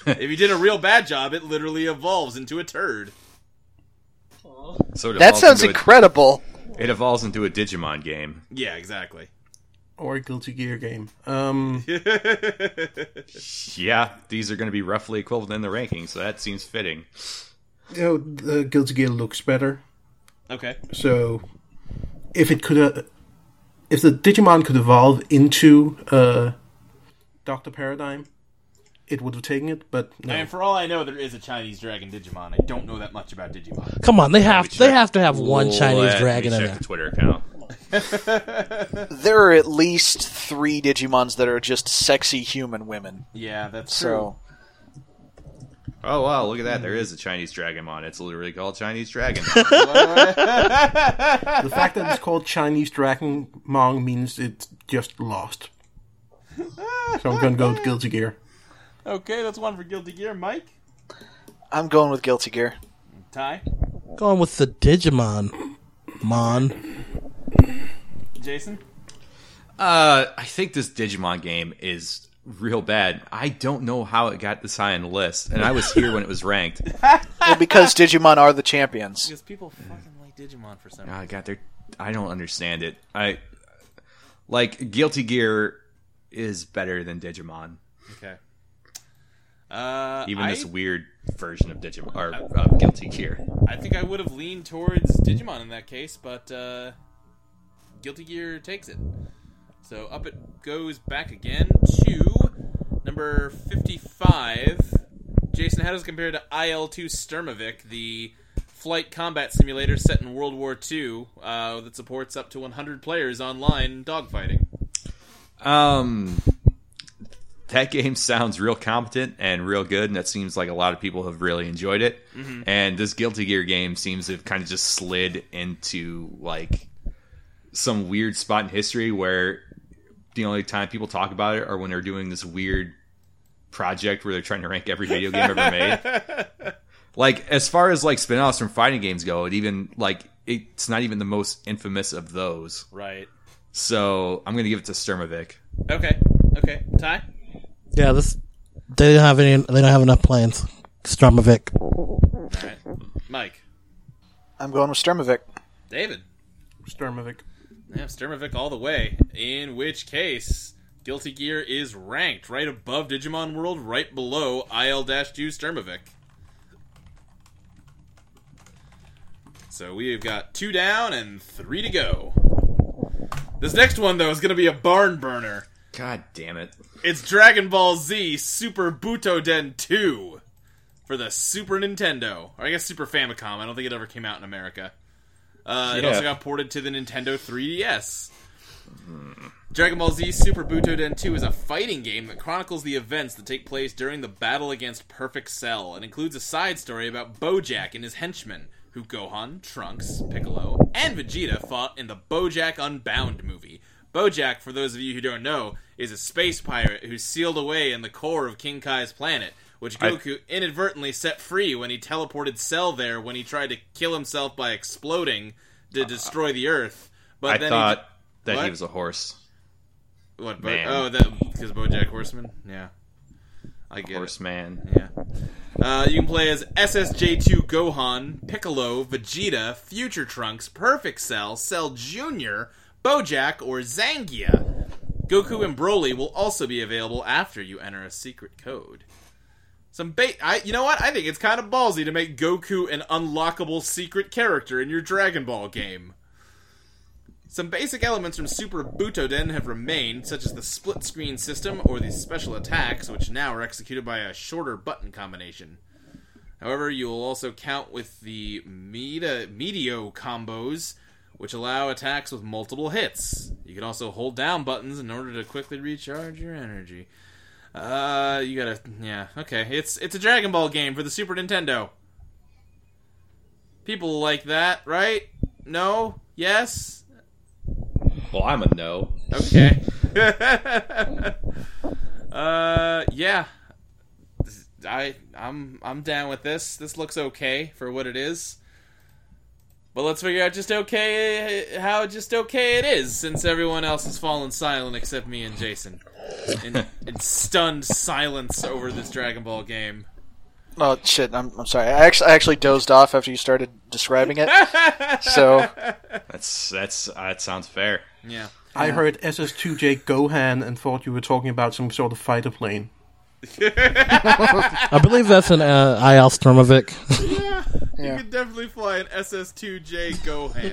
B: if you did a real bad job, it literally evolves into a turd.
F: So
D: That
F: it evolves
D: sounds
F: into a-
D: incredible.
F: It evolves into a Digimon game.
B: Yeah, exactly.
C: Or a Guilty Gear game. Um,
F: Yeah, these are going to be roughly equivalent in the ranking, so that seems fitting.
C: you know, the Guilty Gear looks better.
B: Okay.
C: So, if it could, uh, if the Digimon could evolve into uh, Doctor Paradigm, it would have taken it. But no.
B: And for all I know, there is a Chinese dragon Digimon. I don't know that much about Digimon.
E: Come on, they have they have to have one
F: Let
E: Chinese
F: me
E: dragon in
F: check
E: there.
F: the Twitter account.
D: There are at least three Digimons that are just sexy human women.
B: Yeah, that's
D: So,
F: Oh wow, look at that! There is a Chinese Dragonmon. It's literally called Chinese Dragon.
C: the fact that it's called Chinese Dragon Mong means it's just lost. So I'm gonna go with Guilty Gear.
B: Okay, that's one for Guilty Gear. Mike,
D: I'm going with Guilty Gear.
B: Ty,
E: Going with the Digimon. Mon.
B: Jason.
F: Uh, I think this Digimon game is real bad. I don't know how it got this high on the list, and I was here when it was ranked.
D: Well, because Digimon are the champions.
B: Because people fucking like Digimon for some reason.
F: Oh, God, they're, I don't understand it. I like Guilty Gear is better than Digimon,
B: Okay. Uh,
F: even
B: I,
F: this weird version of Digimon or of Guilty Gear.
B: I think I would have leaned towards Digimon in that case, but uh, Guilty Gear takes it. So up it goes back again to number 55. Jason, how does it compare to IL 2 Sturmovik, the flight combat simulator set in World War II uh, that supports up to 100 players online dogfighting?
F: Um, that game sounds real competent and real good, and that seems like a lot of people have really enjoyed it. And this Guilty Gear game seems to have kind of just slid into like some weird spot in history where the only time people talk about it are when they're doing this weird project where they're trying to rank every video game ever made. Like as far as like spin-offs from fighting games go, it even like it's not even the most infamous of those.
H: Right.
F: So I'm gonna give it to Sturmovik.
H: Okay. Okay. Ty.
E: Yeah, this they don't have any. They don't have enough plans. Stromovic.
H: Mike.
D: I'm going with Sturmovik.
H: David.
C: Sturmovic.
H: Yeah, Sturmovic all the way. In which case, Guilty Gear is ranked right above Digimon World, right below IL-2 Sturmovic. So we've got two down and three to go. This next one, though, is going to be a barn burner.
F: God damn it.
H: It's Dragon Ball Z Super Butoden 2 for the Super Nintendo. Or I guess Super Famicom. I don't think it ever came out in America. Uh, It
F: Yeah.
H: also got ported to the Nintendo 3DS. Dragon Ball Z Super Butoden 2 is a fighting game that chronicles the events that take place during the battle against Perfect Cell and includes a side story about Bojack and his henchmen, who Gohan, Trunks, Piccolo, and Vegeta fought in the Bojack Unbound movie. Bojack, for those of you who don't know, is a space pirate who's sealed away in the core of King Kai's planet, which
F: I-
H: Goku inadvertently set free when he teleported Cell there when he tried to kill himself by exploding to destroy the Earth. But
F: Uh, I
H: then
F: thought
H: he,
F: that
H: What?
F: he was a horse.
H: what? Bo-
F: Man.
H: oh, that because BoJack Horseman. Yeah, I get
F: Horseman.
H: it. Yeah. Uh, you can play as SSJ2 Gohan, Piccolo, Vegeta, Future Trunks, Perfect Cell, Cell Junior, BoJack, or Zangia. Goku and Broly will also be available after you enter a secret code. Some bait. I, you know what? I think it's kind of ballsy to make Goku an unlockable secret character in your Dragon Ball game. Some basic elements from Super Butoden have remained, such as the split screen system or the special attacks, which now are executed by a shorter button combination. However, you will also count with the Meta Meteo combos, which allow attacks with multiple hits. You can also hold down buttons in order to quickly recharge your energy. Uh, you gotta, yeah, okay. It's it's a Dragon Ball game for the Super Nintendo. People like that, right? No? Yes?
F: Well, I'm a no.
H: Okay. uh, yeah. I I'm I'm down with this. This looks okay for what it is. But let's figure out just okay how just okay it is since everyone else has fallen silent except me and Jason. In, in stunned silence over this Dragon Ball game.
D: Oh shit! I'm, I'm sorry. I actually I actually dozed off after you started describing it. so
F: That's that's uh, that sounds fair.
H: Yeah.
C: I heard SS2J Gohan and thought you were talking about some sort of fighter plane.
E: I believe that's an uh, IL Stromovic.
H: You could definitely fly an SS2J Gohan.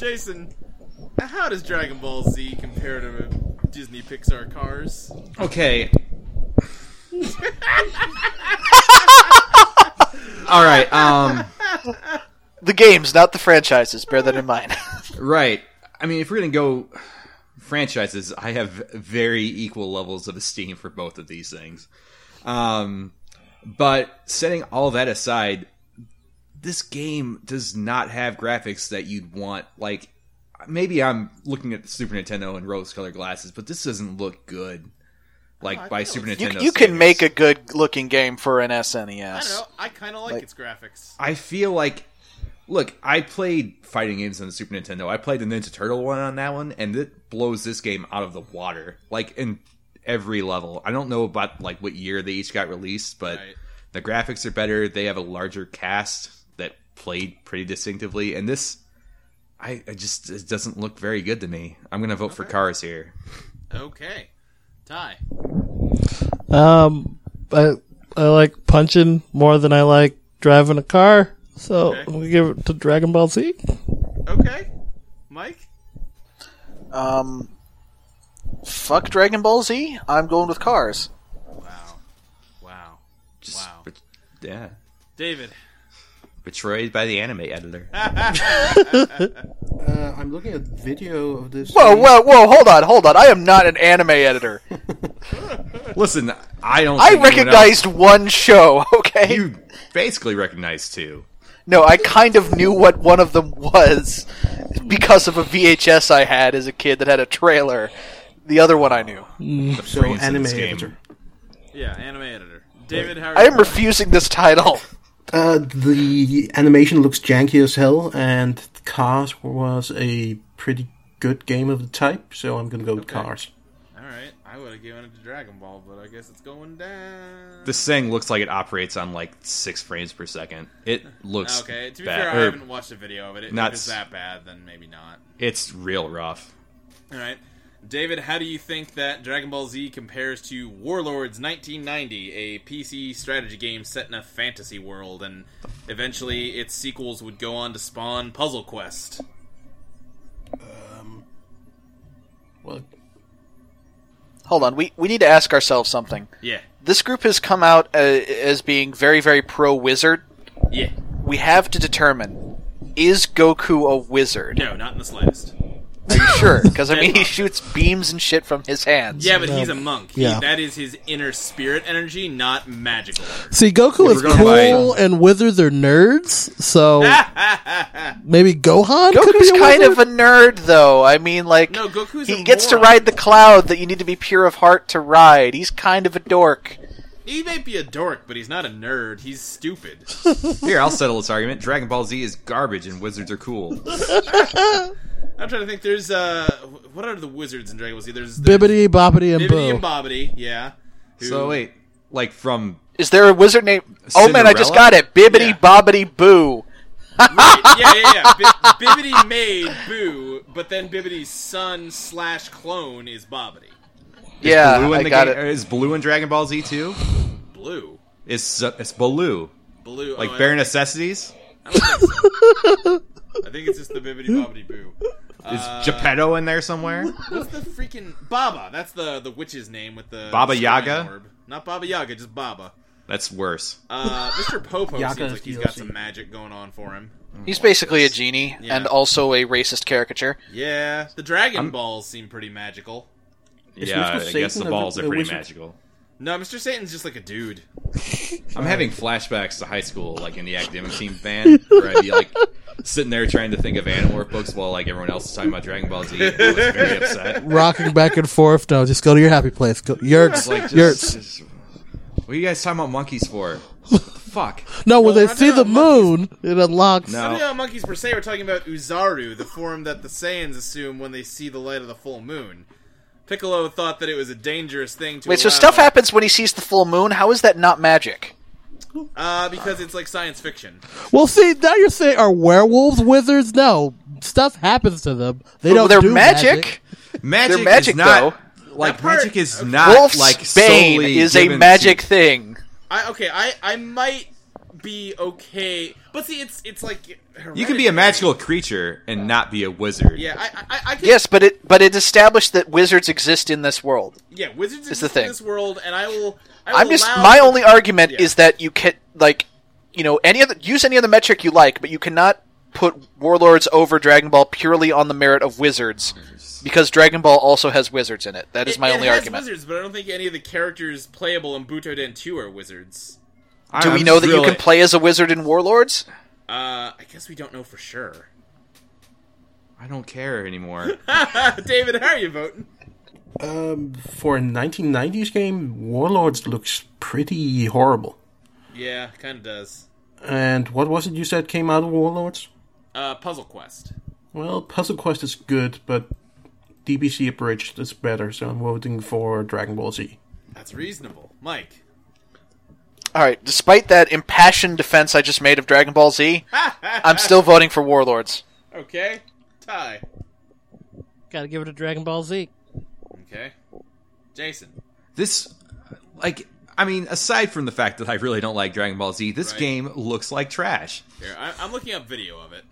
H: Jason, how does Dragon Ball Z compare to Disney Pixar Cars?
F: Okay. All right. Um.
D: the games, not the franchises. Bear that in mind.
F: Right. I mean, if we're gonna go franchises, I have very equal levels of esteem for both of these things. Um, but setting all that aside, this game does not have graphics that you'd want. Like, maybe I'm looking at the Super Nintendo in rose-colored glasses, but this doesn't look good. Like by Super
D: you,
F: Nintendo,
D: you can make a
F: standards.
D: good looking game for an E
H: I don't
D: SNES.
H: know. I kind of like, its graphics.
F: I feel like, look, I played fighting games on the Super Nintendo. I played the Ninja Turtle one on that one, and it blows this game out of the water, like in every level. I don't know about like what year they each got released, but
H: Right.
F: the graphics are better. They have a larger cast that played pretty distinctively, and this. I, I just it doesn't look very good to me. I'm gonna vote for cars here.
H: Okay, Ty.
E: Um, I I like punching more than I like driving a car, so
H: Okay.
E: I'm gonna give it to Dragon Ball Z.
H: Okay, Mike.
D: Um, fuck Dragon Ball Z. I'm going with Cars.
H: Wow, wow.
F: Just,
H: Wow.
F: bet- yeah,
H: David.
F: betrayed by the anime editor.
C: Uh, I'm looking at video of this.
D: Whoa,
C: game.
D: whoa, whoa! Hold on, hold on. I am not an anime editor.
F: Listen, I don't.
D: I
F: think anyone else-
D: recognized one show. Okay.
F: You basically recognize two.
D: No, I kind of knew what one of them was because of a VHS I had as a kid that had a trailer. The other one I knew.
C: So
F: brains in
C: anime
F: this game.
C: editor.
H: Yeah, anime editor. David, how are
D: I
H: you
D: am refusing this title.
C: Uh, the animation looks janky as hell, and Cars was a pretty good game of the type, so I'm gonna go with Cars.
H: All right, I would have given it to Dragon Ball, but I guess it's going down.
F: This thing looks like it operates on like six frames per second. It looks
H: okay, to be
F: bad.
H: fair, I
F: or
H: haven't watched a video of it. If
F: not
H: it's
F: s-
H: that bad, then maybe not.
F: it's real rough.
H: All right. David, how do you think that Dragon Ball Z compares to Warlords 1990, a PC strategy game set in a fantasy world, and eventually its sequels would go on to spawn Puzzle Quest?
C: Well,
D: Hold on, we, we need to ask ourselves something.
H: Yeah.
D: This group has come out uh, as being very, very pro wizard.
H: Yeah.
D: We have to determine is Goku a wizard?
H: No, not in the slightest.
D: Are you sure? Because, I mean, he
H: Deadlock.
D: shoots beams and shit from his hands.
H: Yeah, but he's a monk. He-
E: yeah.
H: that is his inner spirit energy, not magical.
E: See, Goku is
F: we're going
E: cool and Wizards are nerds, so maybe Gohan could be
D: Goku's
E: a
D: kind
E: wizard?
D: of a nerd, though. I mean, like,
H: No, Goku's
D: he
H: a
D: gets to
H: moron.
D: ride the cloud that you need to be pure of heart to ride. He's kind of a dork.
H: He may be a dork, but he's not a nerd. He's stupid.
F: Here, I'll settle this argument. Dragon Ball Z is garbage and wizards are cool.
H: I'm trying to think. There's uh, wh- what are the wizards in Dragon Ball Z? There's, there's
E: Bibbity boppity and
H: Bibbidi and
E: boo.
H: Bobbity. Yeah. Who-
F: So wait, like from
D: Is there a wizard named? Oh man, I just
F: Cinderella?
D: got it. Bibbity
H: Yeah.
D: bobbity boo.
H: Right, yeah, yeah, yeah. Bi- Bibbidi made Boo, but then Bibbidi's son slash clone is Bobbity.
D: Yeah,
F: Blue in
D: I
F: the
D: got
F: game,
D: it.
F: is Blue in Dragon Ball Z too?
H: Blue.
F: Is it's Baloo
H: Blue.
F: like
H: oh, I-
F: bare necessities?
H: I think it's just the Bibbidi Bobbidi Boo.
F: Is
H: Uh,
F: Geppetto in there somewhere?
H: What's the freaking Baba? That's the the witch's name with the
F: Baba
H: the shrine
F: Yaga?
H: orb. Not Baba Yaga, just Baba.
F: That's worse.
H: Uh, Mr. Popo
C: Yaga
H: seems
C: is
H: like he's got
C: DLC.
H: some magic going on for him.
D: He's basically a genie
H: Yeah.
D: and also a racist caricature.
H: Yeah, the Dragon Balls seem pretty magical.
F: yeah,
C: Mr.
F: I guess the
C: Satan a-
F: balls are
C: a
F: pretty
C: wizard?
F: magical.
H: No, Mr. Satan's just like a dude.
F: I'm having flashbacks to high school, like in the academic team band, where I'd be like sitting there trying to think of animal War books while like everyone else is talking about Dragon Ball Z. And I was very upset.
E: Rocking back and forth. No, just go to your happy place. Go, Yerks.
F: It's like,
E: Yerks.
F: just, just- what are you guys talking about monkeys for? What the fuck?
E: No, when
H: Well,
E: they
H: I
E: see
H: don't
E: the
H: know, monkeys-
E: moon, it unlocks.
F: No.
D: Oh.
H: Something about monkeys per se, we're talking about Uzaru, the form that the Saiyans assume when they see the light of the full moon. Piccolo thought that it was a dangerous thing to
D: Wait, so
H: allow,
D: stuff happens when he sees the full moon. How is that not magic?
H: uh, because it's like science fiction.
E: Well, see, now you're saying are werewolves wizards? No, stuff happens to them. They
D: Well,
E: don't.
D: they're
E: do
D: magic.
F: Magic,
D: They're magic,
F: is not like
H: That part-
F: magic is not
D: Wolf's
F: like
D: bane
F: solely
D: is a
F: given
D: magic
F: to-
D: thing.
H: I okay, I I might be okay, but see, it's it's like
F: you can be a
H: hereditary.
F: magical creature and not be a wizard.
H: Yeah, I I, I can,
D: Yes, but it but it established that wizards exist in this world.
H: yeah. Wizards
D: It's
H: exist
D: the thing.
H: in this world, and I will. I will
D: I'm just
H: allow-
D: my only argument
H: Yeah.
D: is that you can like you know any other use any other metric you like, but you cannot put warlords over Dragon Ball purely on the merit of wizards because Dragon Ball also has wizards in it. That is
H: It-
D: my
H: it
D: only
H: has
D: argument.
H: Wizards, but I don't think any of the characters playable in Buto Den Two are wizards.
F: I-
D: Do we
F: I'm
D: know that you
F: really-
D: can play as a wizard in warlords?
H: Uh, I guess we don't know for sure.
F: I don't care anymore.
H: David, how are you voting?
C: for a 1990s game, Warlords looks pretty horrible.
H: Yeah, kind of does.
C: And what was it you said came out of Warlords?
H: Uh, Puzzle Quest.
C: Well, Puzzle Quest is good, but DBC Abridged is better, so I'm voting for Dragon Ball Z.
H: That's reasonable, Mike.
D: All right. Despite that impassioned defense I just made of Dragon Ball Z, I'm still voting for warlords.
H: Okay, tie.
E: Gotta give it a Dragon Ball Z.
H: Okay, Jason.
F: this like i mean aside from the fact that i really don't like dragon ball z this
H: Right.
F: game looks like trash
H: Here, I- I'm looking up video of it.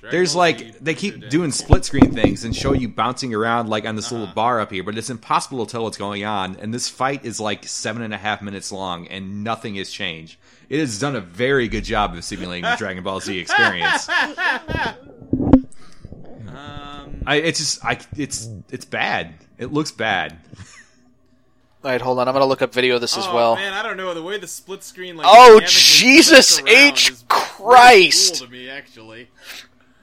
H: Dragon
F: there's
H: Ball Z,
F: like they
H: Butoden.
F: keep doing split screen things and show you bouncing around like on this
H: Uh-huh.
F: little bar up here but it's impossible to tell what's going on and this fight is like seven and a half minutes long and nothing has changed it has done a very good job of simulating the dragon ball z experience
H: Um,
F: I, it's just i it's it's bad it looks bad
D: All right, hold on. I'm gonna look up video of this as
H: oh,
D: well.
H: man, I don't know the way the split screen like.
D: Oh
H: dynamically flips
D: Jesus
H: around
D: H
H: is
D: Christ!
H: cool to me, actually.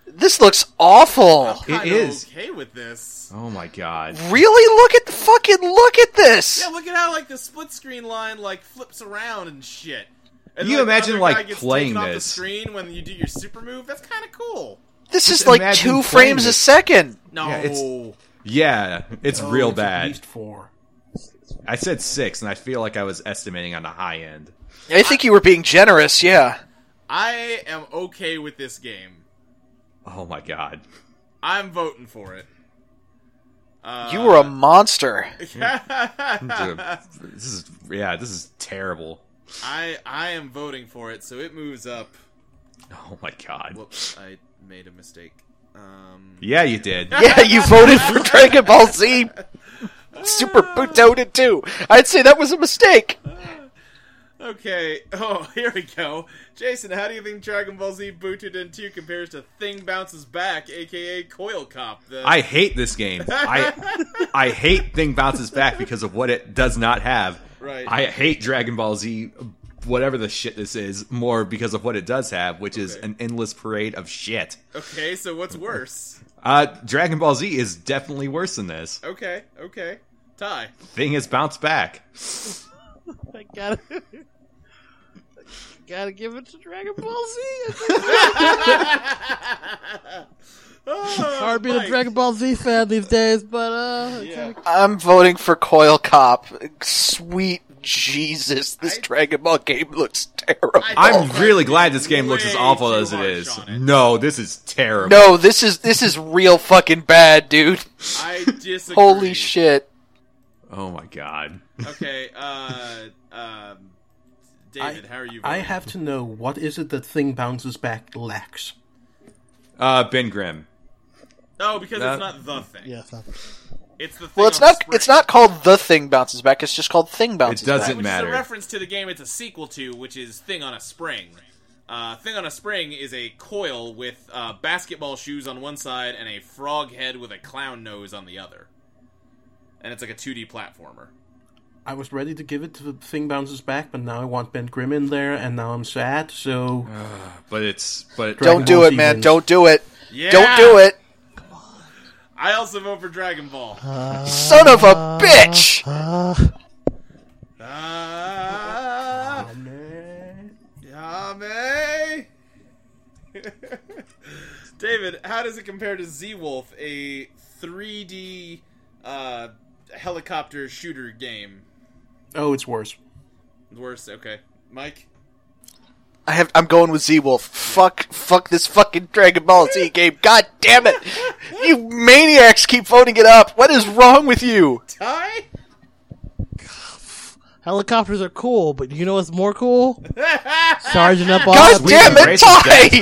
D: This looks awful.
F: It
H: I'm
F: is.
H: okay with this.
F: Oh my god.
D: Really? Look at the fucking look at this.
H: Yeah, look at how like the split screen line like flips around and shit. And
F: You
H: then the
F: imagine,
H: other
F: like,
H: guy gets
F: playing
H: taken off the
F: this.
H: screen when you do your super move. That's kind of cool.
D: This is
F: Just
D: like
F: imagine
D: two
F: playing
D: frames a
F: this.
D: second.
H: No,
F: Yeah, it's- Yeah, it's
C: Oh,
F: real
C: it's At
F: bad.
C: least four.
F: I said six, and I feel like I was estimating on the high end.
D: I think you were being generous. Yeah.
H: I am okay with this game.
F: Oh my god.
H: I'm voting for it. Uh,
D: You were a monster.
F: Dude, this is yeah, this is terrible.
H: I I am voting for it, so it moves up.
F: Oh my god.
H: Whoops, I made a mistake. Um,
F: Yeah, you did.
D: Yeah, you voted for Dragon Ball Z. Super Buto did too. I'd say that was a mistake.
H: okay. Oh, here we go. Jason, how do you think Dragon Ball Z Butoden 2 compares to Thing Bounces Back, aka Coil Cop? The
F: I hate this game. I I hate Thing Bounces Back because of what it does not have.
H: Right.
F: I hate Dragon Ball Z whatever the shit this is more because of what it does have, which is
H: Okay.
F: an endless parade of shit.
H: okay, so what's worse?
F: Uh Dragon Ball Z is definitely worse than this.
H: Okay, okay, tie.
F: Thing has bounced back.
E: I gotta, gotta give it to Dragon Ball Z.
H: Oh,
E: Hard being a
H: Mike.
E: Dragon Ball Z fan these days, but uh,
H: Yeah.
D: I'm voting for Coil Cop. Sweet Jesus, this
H: I-
D: Dragon Ball game looks terrible.
H: I-
F: I'm
H: Oh,
F: really
H: that's
F: glad this game looks as
H: way
F: awful
H: too
F: as it
H: harsh
F: is.
H: on it.
F: No, this is
H: Oh.
F: terrible.
D: No, this is this is real fucking bad, dude.
H: I disagree.
D: Holy shit.
F: Oh my god.
H: Okay, uh, um, David, how are you?
C: I
H: voting?
C: have to know what is it that thing bounces back lacks.
F: Uh Ben Grimm.
H: Oh, because
F: That-
H: it's not the thing.
E: yeah, it's not-
H: It's the thing.
D: Well, it's
H: on
D: not
H: the
D: it's
H: spring,
D: not called the thing bounces back. It's just called thing bounces.
F: doesn't-
D: back.
H: Which
F: matter.
H: is a reference to the game it's a sequel to, which is Thing on a Spring. Uh, thing on a Spring is a coil with uh, basketball shoes on one side and a frog head with a clown nose on the other. And it's like a 2D platformer.
C: I was ready to give it to the thing bounces back, but now I want Ben Grimm in there, and now I'm sad. So
F: But it's but
C: Dragon
D: Don't do
C: Ball
D: it,
C: Z
D: man.
C: wins.
D: Don't do it.
H: Yeah!
D: Don't do it.
H: I also vote for Dragon Ball.
D: Son of a bitch.
H: Ah, Yame! David, how does it compare to Z Wolf, a 3D uh, helicopter shooter game?
C: oh, it's worse.
H: Worse, okay. Mike?
D: I have. I'm going with Z Wolf. Fuck. Fuck this fucking Dragon Ball Z game. God damn it! You maniacs keep voting it up. What is wrong with you?
H: Ty?
E: helicopters are cool, but you know what's more cool? Charging up all
D: God
E: the-
D: damn it,
F: gracious,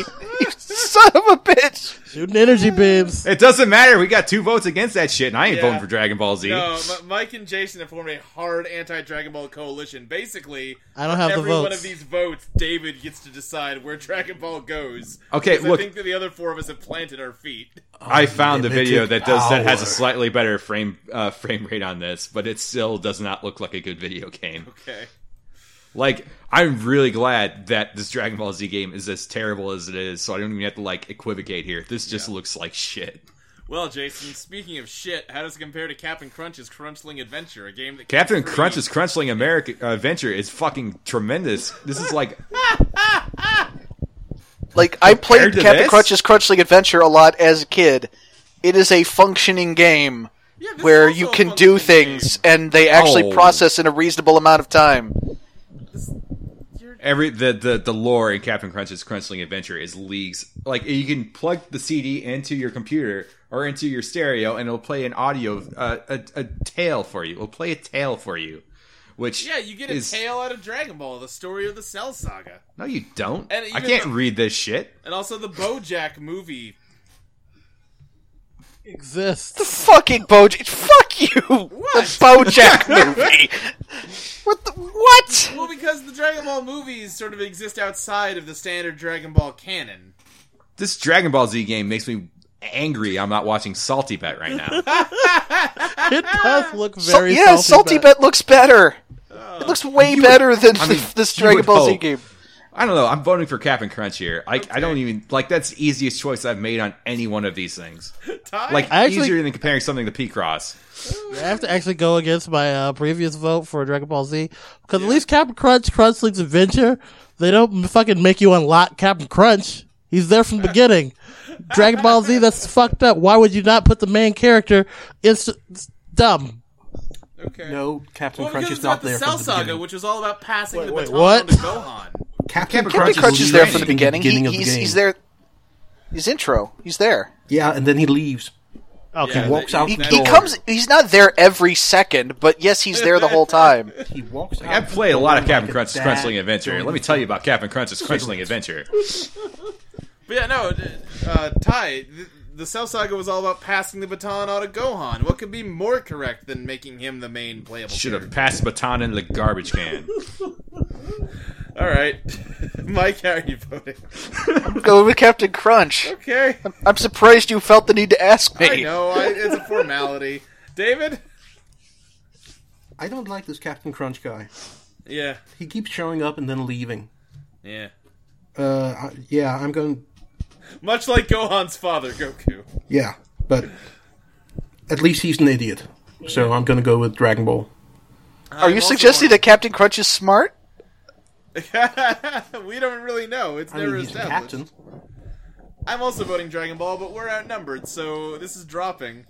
D: Ty! You son of a bitch!
E: shooting energy beams.
F: It doesn't matter. We got two votes against that shit, and I ain't
H: Yeah.
F: voting for Dragon Ball Z.
H: No, M- Mike and Jason have formed a hard anti Dragon Ball coalition. Basically,
E: I don't have the
H: every one
E: votes.
H: of these votes, David gets to decide where Dragon Ball goes.
F: Okay,
H: 'Cause
F: look-
H: I think that the other four of us have planted our feet.
F: I found a video that does that has a
C: power.
F: slightly better frame uh, frame rate on this, but it still does not look like a good video game.
H: Okay.
F: Like I'm really glad that this Dragon Ball Z game is as terrible as it is, so I don't even have to like equivocate here. This just looks like shit.
H: Well, Jason, speaking of shit, how does it compare to Captain Crunch's Crunchling Adventure, a game that
F: Captain
H: Captain
F: Crunch's Crunchling America uh, Adventure is fucking tremendous. This is like
D: Like I played
F: to
D: Captain
F: this?
D: Crunch's Crunchling Adventure a lot as a kid. It is a functioning game
H: Yeah, this is
D: where
H: also
D: you
H: a
D: can do
H: functioning
D: things and they actually
F: Oh.
D: process in a reasonable amount of time.
F: every the, the the lore in Captain Crunch's Crunchling Adventure is leagues. Like you can plug the CD into your computer or into your stereo, and it'll play an audio uh, a a tale for you. It'll play a tale for you, which
H: Yeah, you get a
F: is-
H: tale out of Dragon Ball, the story of the Cell Saga,
F: No, you don't.
H: And
F: I
H: even
F: can't
H: though-
F: read this shit.
H: and also the BoJack movie.
E: Exists.
D: Fucking Bojack! Fuck you! The Bojack movie. What? The, what?
H: Well, because the Dragon Ball movies sort of exist outside of the standard Dragon Ball canon.
F: This Dragon Ball Z game makes me angry. I'm not watching Salty Bet right now.
E: It does look
D: Sal-
E: very
D: yeah,
E: salty.
H: Uh,
D: salty bet looks better. it looks way better than
F: I mean,
D: this
F: you
D: Dragon
F: would
D: Ball Z
F: hope.
D: game.
F: I don't know. I'm voting for Captain Crunch here. I, I don't even like that's the easiest choice I've made on any one of these things.
H: Ty?
F: Like
E: I actually-
F: easier than comparing something to P Cross.
E: I have to actually go against my uh, previous vote for Dragon Ball Z because at least Captain Crunch, Crunch Link's Adventure, they don't fucking make you unlock Captain Crunch. He's there from the beginning. Dragon Ball Z, that's fucked up. Why would you not put the main character? It's, it's dumb.
H: okay.
C: No, Captain
H: Well,
C: Crunch
H: because
C: is
H: it's
C: not
H: about the
C: there
H: Cell
C: from the
H: Saga,
C: beginning.
H: which was all about passing the
E: wait,
H: baton
E: what?
H: on to Gohan.
C: Captain,
D: Captain Crunch is there from the
F: training.
D: beginning. He-
C: Beginning of the
D: he's,
C: game.
D: he's there. His intro. He's there.
C: Yeah, and then he leaves.
E: Okay.
H: Yeah,
C: walks
H: that-
C: out
D: He,
C: the
H: that-
D: he
C: door.
D: comes. He's not there every second, but yes, he's there the whole time.
C: He walks. Out
F: I've played a lot of Captain Crunch's
C: Crunch
F: Crunchling Adventure. Let me tell you about Captain Crunch's Crunchling Adventure.
H: But yeah, no, uh, Ty, the, the Cell Saga was all about passing the baton on to Gohan. What could be more correct than making him the main playable?
F: Should have passed the baton into the garbage can.
H: character? All right, Mike, how are you voting?
D: Go with Captain Crunch.
H: Okay,
D: I'm surprised you felt the need to ask me.
H: I know I, it's a formality. David,
C: I don't like this Captain Crunch guy.
H: yeah,
C: He keeps showing up and then leaving.
H: yeah,
C: Uh, I- yeah, I'm going.
H: much like Gohan's father, Goku.
C: Yeah, but at least he's an idiot. So I'm going to go with Dragon Ball.
D: Are you suggesting that Captain Crunch is smart?
H: that we don't really know? It's
C: I
H: never
C: mean, he's the
H: established.
C: captain.
H: I'm also voting Dragon Ball, but we're outnumbered, so this is dropping.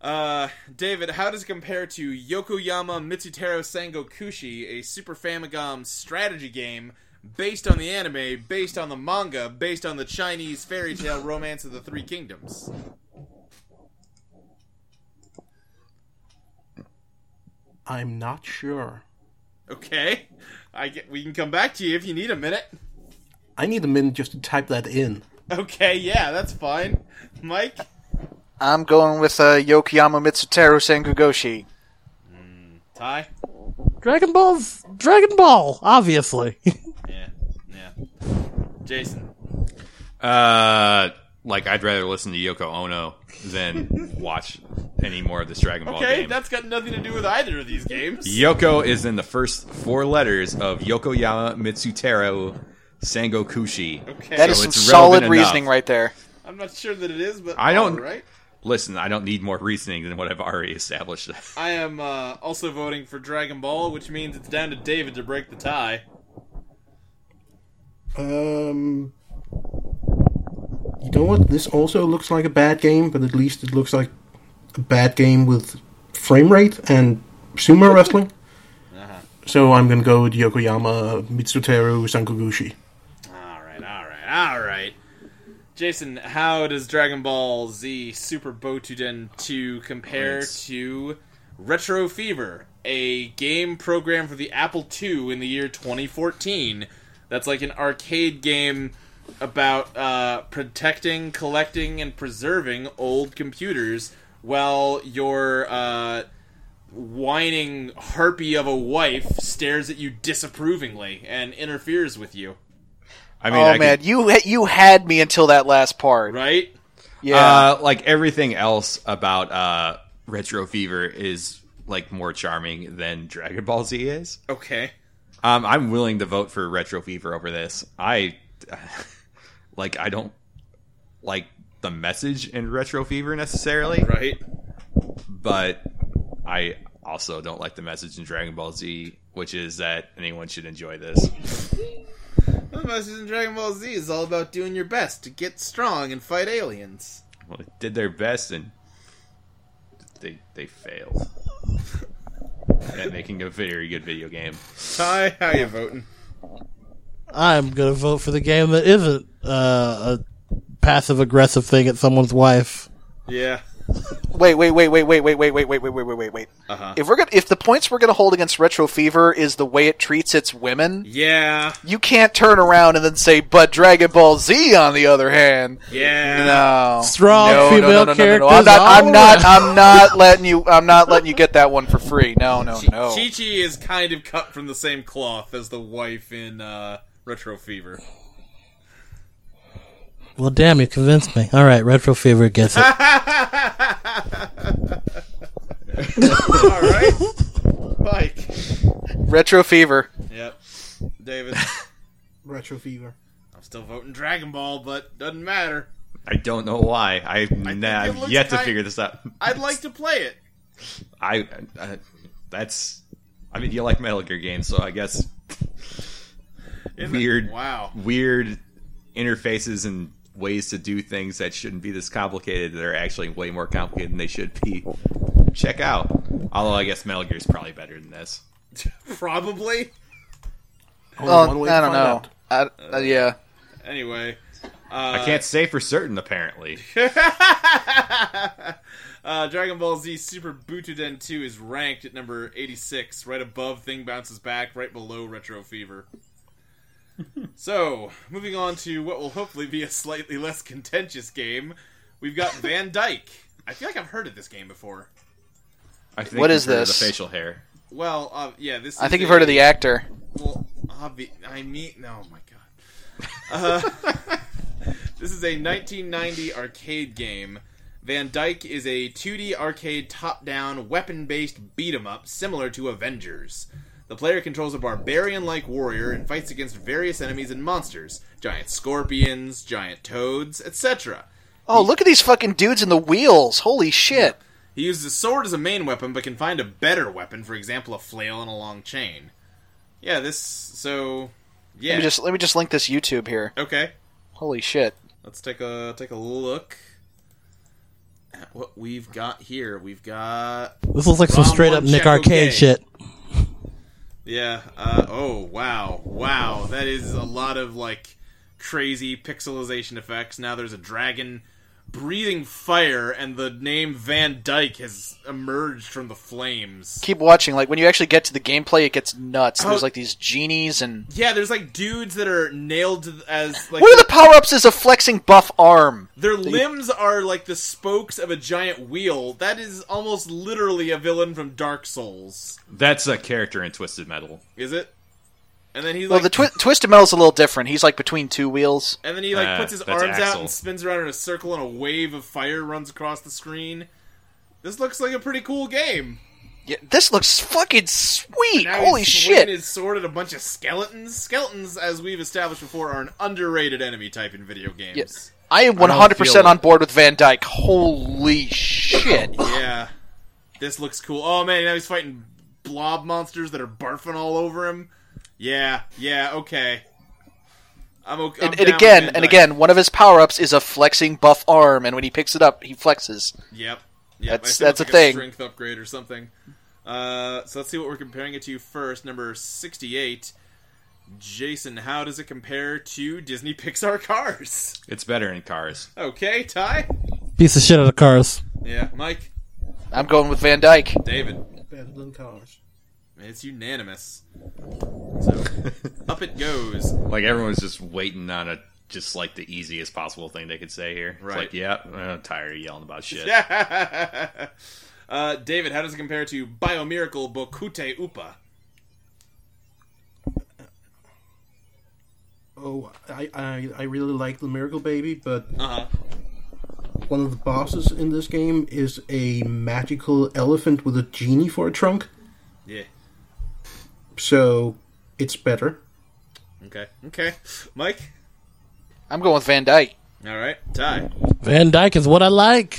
H: Uh, David, how does it compare to Yokoyama Mitsutero Sengokushi, a Super Famicom strategy game based on the anime, based on the manga, based on the Chinese fairy tale romance of the Three Kingdoms?
C: I'm not sure.
H: Okay, I get, we can come back to you if you need a minute.
C: I need a minute just to type that in.
H: Okay, yeah, that's fine. Mike,
D: I'm going with uh, Yokoyama Mitsutaro Sengogoshi.
H: Ty,
E: Dragon Ball's Dragon Ball, obviously.
H: yeah, yeah, Jason,
F: Uh, like I'd rather listen to Yoko Ono than watch any more of this Dragon Ball
H: Okay,
F: game.
H: that's got nothing to do with either of these games.
F: Yoko is in the first four letters of Yokoyama Mitsutero Sangokushi.
H: Okay.
D: That
F: So
D: is some
F: it's
D: solid
F: relevant
D: reasoning
F: enough.
D: right there.
H: I'm not sure that it is, but
F: I don't-
H: all right.
F: Listen, I don't need more reasoning than what I've already established.
H: I am uh, also voting for Dragon Ball, which means it's down to David to break the tie.
C: Um, you know what? This also looks like a bad game, but at least it looks like a bad game with frame rate and sumo wrestling. Uh-huh. So I'm going to go with Yokoyama Mitsuteru Sankoguchi.
H: All right, all right, all right. Jason, how does Dragon Ball Z Super Botuden 2 compare
F: Points.
H: to Retro Fever, a game program for the Apple II in the year 2014? That's like an arcade game about uh, protecting, collecting, and preserving old computers while your uh, whining harpy of a wife stares at you disapprovingly and interferes with you,
F: I mean,
D: oh
F: I could-
D: man, you you had me until that last part.
H: right?
D: Yeah,
F: Uh, like everything else about uh, Retro Fever is like more charming than Dragon Ball Z is.
H: Okay.
F: Um, I'm willing to vote for Retro Fever over this. I like I don't like the message in Retro Fever necessarily,
H: Right.
F: but I also don't like the message in Dragon Ball Z, which is that anyone should enjoy this.
H: The message in Dragon Ball Z is all about doing your best to get strong and fight aliens.
F: Well, they did their best and they they failed at making a very good video game.
H: Ty, how you voting?
E: I'm gonna vote for the game that isn't uh, a passive aggressive thing at someone's wife.
H: Yeah.
D: Wait, wait, wait, wait, wait, wait, wait, wait, wait, wait, wait, wait, wait, wait.
H: Uh-huh.
D: If we're gonna, if the points we're gonna hold against Retro Fever is the way it treats its women,
H: Yeah.
D: you can't turn around and then say, "But Dragon Ball Z, on the other hand,
H: Yeah.
D: no,
E: Strong
D: no, no,
E: female
D: no, no, no, no, no. I'm
E: characters
D: not, I'm
E: all
D: not,
E: around.
D: I'm not letting you, I'm not letting you get that one for free. No, no, no.
H: Chi Chi is kind of cut from the same cloth as the wife in uh, Retro Fever.
E: Well, damn, you convinced me. All right, Retro Fever gets it.
H: all right. Mike.
D: Retro Fever.
H: Yep. David.
C: Retro Fever.
H: I'm still voting Dragon Ball, but doesn't matter.
F: I don't know why. I, nah,
H: it
F: I've
H: looks
F: yet to
H: kind-
F: figure this out.
H: I'd like to play it.
F: I, uh, that's. I mean, you like Metal Gear games, so I guess
H: Isn't it?
F: weird,
H: Wow.
F: weird interfaces and ways to do things that shouldn't be this complicated. They're actually way more complicated than they should be. Check out. Although I guess Metal Gear is probably better than this.
H: Probably.
C: Only
D: Well,
C: Oh, one way to
D: I don't
C: find
D: know.
C: out.
D: I, uh, yeah,
H: Anyway,
F: I can't say for certain, apparently.
H: uh, Dragon Ball Z Super Butoden 2 is ranked at number 86, right above Thing Bounces Back, right below Retro Fever. so, moving on to what will hopefully be a slightly less contentious game, we've got Van Dyke. I feel like I've heard of this game before.
F: I think
D: What
F: you've
D: is
F: heard of
D: this?
F: The facial hair.
H: Well, uh, yeah, this.
D: I
H: is
D: think you've
H: a-
D: heard of the actor.
H: Well, obvi- I mean, no, my god. Uh, this is a 1990 arcade game. Van Dyke is a 2D arcade top-down weapon-based beat 'em up similar to Avengers. The player controls a barbarian-like warrior and fights against various enemies and monsters, giant scorpions, giant toads, etc.
D: Oh, look at these fucking dudes in the wheels! Holy shit!
H: He uses a sword as a main weapon, but can find a better weapon, for example, a flail and a long chain. Yeah, this so yeah.
D: Let me just let me just link this YouTube here.
H: okay.
D: Holy shit!
H: Let's take a take a look at what we've got here. We've got
E: This looks like some
H: Rom
E: straight
H: one
E: up Nick
H: check,
E: Arcade
H: okay.
E: shit.
H: yeah. Uh, oh wow, wow, that is a lot of like crazy pixelization effects. Now there's a dragon breathing fire, and the name Van Dyke has emerged from the flames.
D: Keep watching. Like when you actually get to the gameplay, it gets nuts. There's
H: Oh.
D: like these genies and
H: Yeah, there's like dudes that are nailed to th- as like
D: what are the power ups? Is a flexing buff arm?
H: Their limbs are like the spokes of a giant wheel. That is almost literally a villain from Dark Souls.
F: That's a character in Twisted Metal.
H: Is it? And then he
D: Well,
H: like,
D: the twi- twisted metal's a little different. He's like between two wheels.
H: and then he like
F: Ah,
H: puts his
F: that's
H: arms out
F: Axel.
H: and spins around in a circle, and a wave of fire runs across the screen. This looks like a pretty cool game.
D: Yeah, this looks fucking sweet.
H: Now
D: Holy
H: he's swinging
D: shit!
H: His sword at a bunch of skeletons. Skeletons, as we've established before, are an underrated enemy type in video games.
D: I am one
F: feel
D: hundred percent on
F: it.
D: board with Van Dyke. Holy shit!
H: Yeah, this looks cool. Oh man, now he's fighting blob monsters that are barfing all over him. Yeah, yeah, okay. I'm okay.
D: and, and again, and again, one of his power ups is a flexing buff arm, and when he picks it up, he flexes.
H: Yep. Yep.
D: That's-
H: I assume
D: that's
H: it's
D: a
H: like
D: thing.
H: Strength upgrade or something. Uh, so let's see what we're comparing it to first. Number sixty-eight. Jason, how does it compare to Disney Pixar Cars?
F: It's better in Cars.
H: Okay, Ty.
E: Piece of shit out of cars.
H: Yeah, Mike,
D: I'm going with Van Dyke.
H: David.
C: Better than cars.
H: It's unanimous. So up it goes.
F: Like everyone's just waiting on a just like the easiest possible thing they could say here. It's
H: Right.
F: like, yeah, I'm tired of yelling about shit.
H: uh, David, how does it compare to Biomiracle Bokute Upa?
C: Oh, I, I, I really like the Miracle Baby, but
H: Uh huh.
C: one of the bosses in this game is a magical elephant with a genie for a trunk,
H: Yeah.
C: so it's better.
H: Okay. Okay. Mike.
D: I'm going with Van Dyke.
H: All right. Ty.
E: Van Dyke is what I like.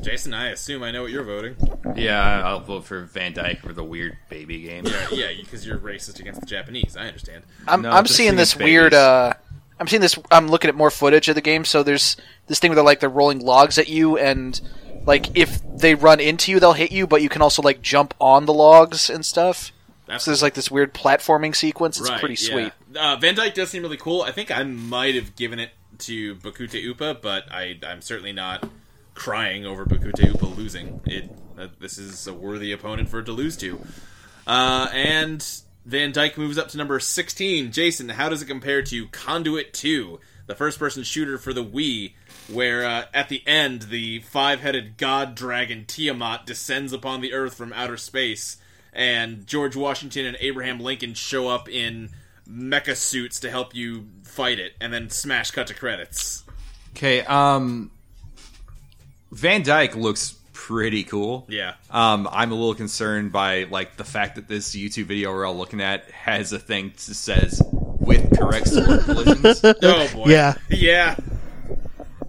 H: Jason, I assume I know what you're voting.
F: Yeah, I'll vote for Van Dyke for the weird baby game.
H: yeah, because you're racist against the Japanese. I understand.
D: I'm
F: No,
D: I'm
F: just
D: seeing this
F: these
D: weird.
F: babies.
D: uh I'm seeing this. I'm looking at more footage of the game. So there's this thing where they're like they're rolling logs at you, and like if they run into you, they'll hit you. But you can also like jump on the logs and stuff.
H: That's
D: So there's like this weird platforming sequence. It's
H: right,
D: pretty
H: yeah.
D: sweet.
H: Uh, Van Dyke does seem really cool. I think I might have given it to Bakute Upa, but I, I'm certainly not crying over Bakute Upa losing. It uh, this is a worthy opponent for it to lose to. Uh, and Van Dyke moves up to number 16. Jason, how does it compare to Conduit 2, the first person shooter for the Wii, where uh, at the end the five headed god dragon Tiamat descends upon the earth from outer space, and George Washington and Abraham Lincoln show up in mecha suits to help you fight it, and then smash cut to credits?
F: Okay, um Van Dyke looks pretty cool.
H: Yeah.
F: Um, I'm a little concerned by like the fact that this YouTube video we're all looking at has a thing that says with correct sword collisions.
H: Oh boy.
E: Yeah.
H: Yeah.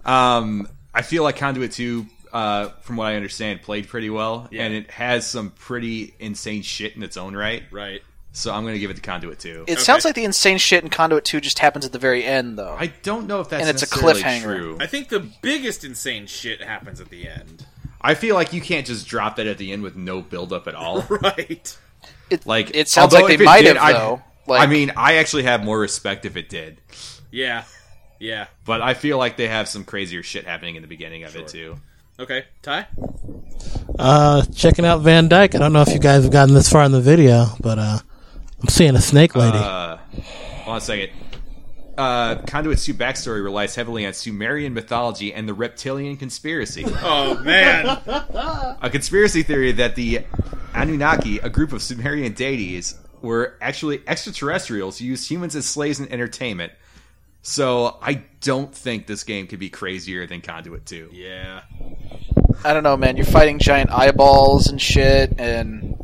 F: Um, I feel like Conduit 2, uh, from what I understand, played pretty well,
H: Yeah.
F: and it has some pretty insane shit in its own right.
H: Right.
F: So I'm going to give it to Conduit 2.
D: It sounds like the insane shit in Conduit 2 just happens at the very end, though.
F: I don't know if that's
D: And it's a
F: necessarily
D: cliffhanger.
F: true.
H: I think the biggest insane shit happens at the end.
F: I feel like you can't just drop that at the end with no buildup at all.
H: Right.
D: it,
F: Like
D: it sounds
F: although
D: like
F: if
D: they
F: it
D: might have,
F: did, I-
D: though. Like,
F: I mean, I actually have more respect if it did,
H: Yeah. Yeah.
F: but I feel like they have some crazier shit happening in the beginning of it too.
H: Okay. Ty?
E: Uh, checking out Van Dyke. I don't know if you guys have gotten this far in the video, but uh, I'm seeing a snake lady.
F: Uh, hold on a second. Uh, Conduit Sue backstory relies heavily on Sumerian mythology and the reptilian conspiracy.
H: Oh man.
F: a conspiracy theory that the Anunnaki, a group of Sumerian deities, were actually extraterrestrials who used humans as slaves in entertainment. So I don't think this game could be crazier than Conduit 2.
H: yeah.
D: I don't know, man. You're fighting giant eyeballs and shit, and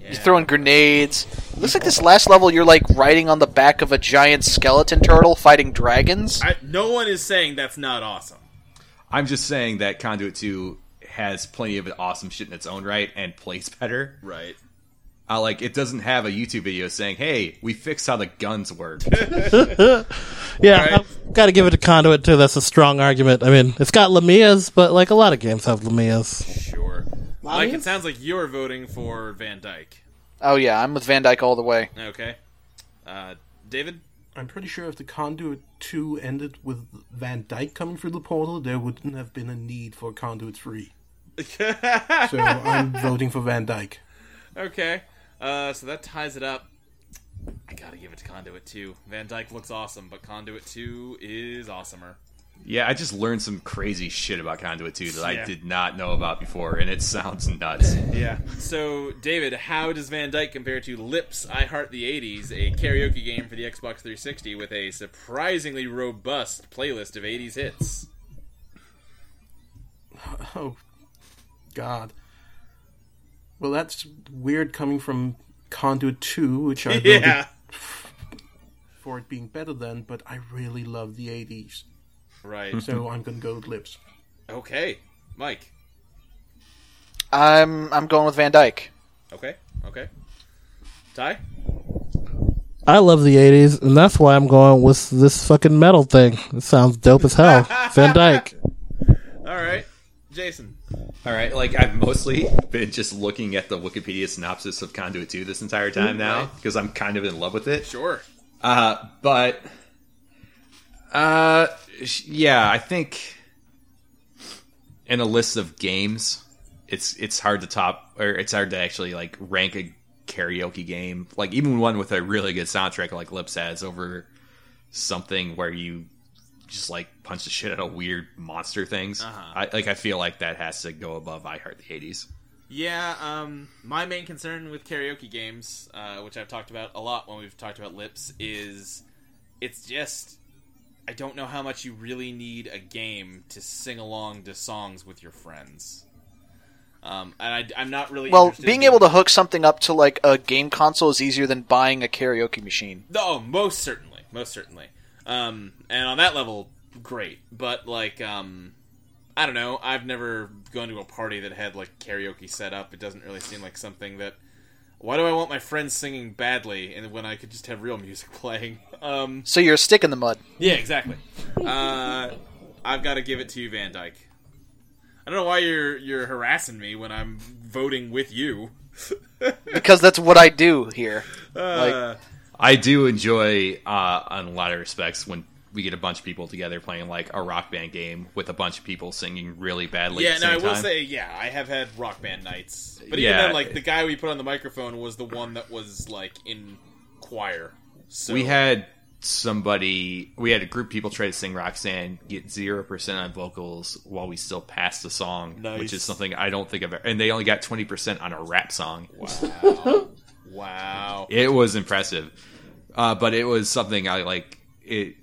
D: you're throwing grenades. It looks like this last level, you're like riding on the back of a giant skeleton turtle fighting dragons.
H: I, no one is saying that's not awesome.
F: I'm just saying that Conduit 2 has plenty of awesome shit in its own right and plays better.
H: Right.
F: Uh, like it doesn't have a YouTube video saying, "Hey, we fixed how the guns work."
E: yeah,
H: right.
E: I've got to give it to Conduit too. That's a strong argument. I mean, it's got Lamias, but like a lot of games have Lamias.
H: Sure. Mike,
E: Lamias?
H: it sounds like you're voting for Van Dyke.
D: Oh yeah, I'm with Van Dyke all the way.
H: Okay. Uh, David?
C: I'm pretty sure if the Conduit 2 ended with Van Dyke coming through the portal, there wouldn't have been a need for Conduit 3. so I'm voting for Van Dyke.
H: Okay. Uh, so that ties it up. I gotta give it to Conduit 2. Van Dyke looks awesome, but Conduit 2 is awesomer.
F: yeah, I just learned some crazy shit about Conduit 2 that
H: Yeah.
F: I did not know about before, and it sounds nuts.
H: Yeah. So, David, how does Van Dyke compare to Lips I Heart the 80s, a karaoke game for the Xbox 360 with a surprisingly robust playlist of 80s hits?
C: Oh, God. Well, that's weird coming from Conduit 2, which I voted
H: Yeah.
C: for it being better than, but I really love the 80s.
H: Right.
C: So I'm going to go with Lips.
H: Okay. Mike.
D: I'm I'm going with Van Dyke.
H: Okay. Okay. Ty?
E: I love the '80s, and that's why I'm going with this fucking metal thing. It sounds dope as hell. Van Dyke.
H: All right. Jason.
F: All right, like I've mostly been just looking at the Wikipedia synopsis of Conduit 2 this entire time now because I'm kind of in love with it.
H: Sure.
F: Uh, but uh, sh- yeah, I think in a list of games, it's it's hard to top or it's hard to actually like rank a karaoke game, like even one with a really good soundtrack like Lips has over something where you just like punch the shit out of weird monster things. I, like I feel like that has to go above I Heart the 80s.
H: Yeah, um, my main concern with karaoke games, uh, which I've talked about a lot when we've talked about lips, is it's just I don't know how much you really need a game to sing along to songs with your friends. Um, and I, am not really
D: Well,
H: interested
D: being
H: in-
D: able to hook something up to like a game console is easier than buying a karaoke machine.
H: Oh, most certainly, most certainly. Um, and on that level, great. But like, um, I don't know. I've never gone to a party that had like karaoke set up. It doesn't really seem like something that. Why do I want my friends singing badly, and when I could just have real music playing? Um,
D: So you're a stick in the mud.
H: yeah, exactly. Uh, I've got to give it to you, Van Dyke. I don't know why you're you're harassing me when I'm voting with you.
D: Because that's what I do here.
H: Uh,
F: I do enjoy, uh, in a lot of respects, when we get a bunch of people together playing like a rock band game with a bunch of people singing really badly.
H: Yeah,
F: at the
H: no, I
F: same
H: will
F: time.
H: say, yeah, I have had rock band nights, but even
F: Yeah.
H: then, like the guy we put on the microphone was the one that was like in choir. So
F: we had somebody, we had a group of people try to sing Roxanne, get zero percent on vocals while we still passed the song,
H: Nice.
F: which is something I don't think I've ever. And they only got twenty percent on a rap song.
H: wow, wow,
F: It was impressive, uh, but it was something I like. It,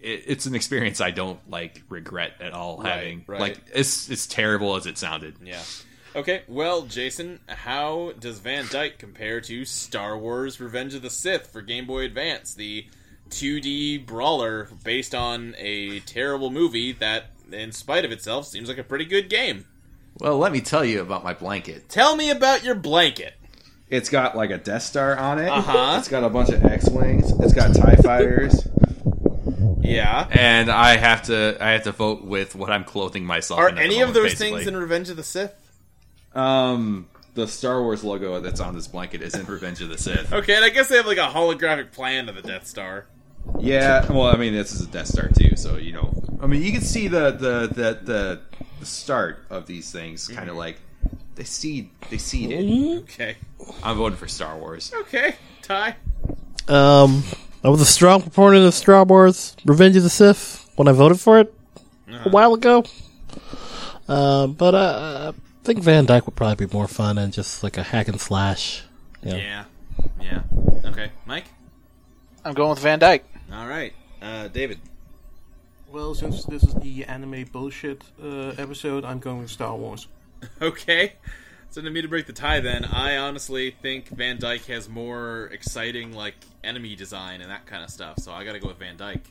F: it it's an experience I don't like regret at all
H: Right,
F: having.
H: right.
F: Like it's it's terrible as it sounded.
H: yeah. Okay, well, Jason, how does Van Dyke compare to Star Wars Revenge of the Sith for Game Boy Advance, the 2D brawler based on a terrible movie that, in spite of itself, seems like a pretty good game?
F: Well, let me tell you about my blanket.
H: Tell me about your blanket.
F: It's got like a Death Star on it.
H: Uh-huh.
F: It's got a bunch of X wings. It's got Tie Fighters.
H: Yeah.
F: and I have to I have to vote with what I'm clothing myself.
H: Are
F: in at the
H: any of
F: moment,
H: those
F: basically.
H: things in Revenge of the Sith?
F: um the Star Wars logo that's on this blanket is in Revenge of the Sith.
H: Okay, and I guess they have like a holographic plan of the Death Star.
F: Yeah, well, I mean this is a Death Star too, so you know. I mean you can see the the the the, the start of these things kind of like they seed they seed it.
H: Okay.
F: I'm voting for Star Wars.
H: Okay, Ty.
E: Um, I was a strong proponent of Star Wars: Revenge of the Sith when I voted for it a while ago. Uh, but uh, I think Van Dyke would probably be more fun and just like a hack and slash. you know.
H: Yeah. Yeah. Okay, Mike.
D: I'm going with Van Dyke.
H: All right. Uh, David.
C: Well, since this is the anime bullshit uh, episode, I'm going with Star Wars.
H: Okay. So to me to break the tie then, I honestly think Van Dyke has more exciting like enemy design and that kind of stuff, so I gotta go with Van Dyke.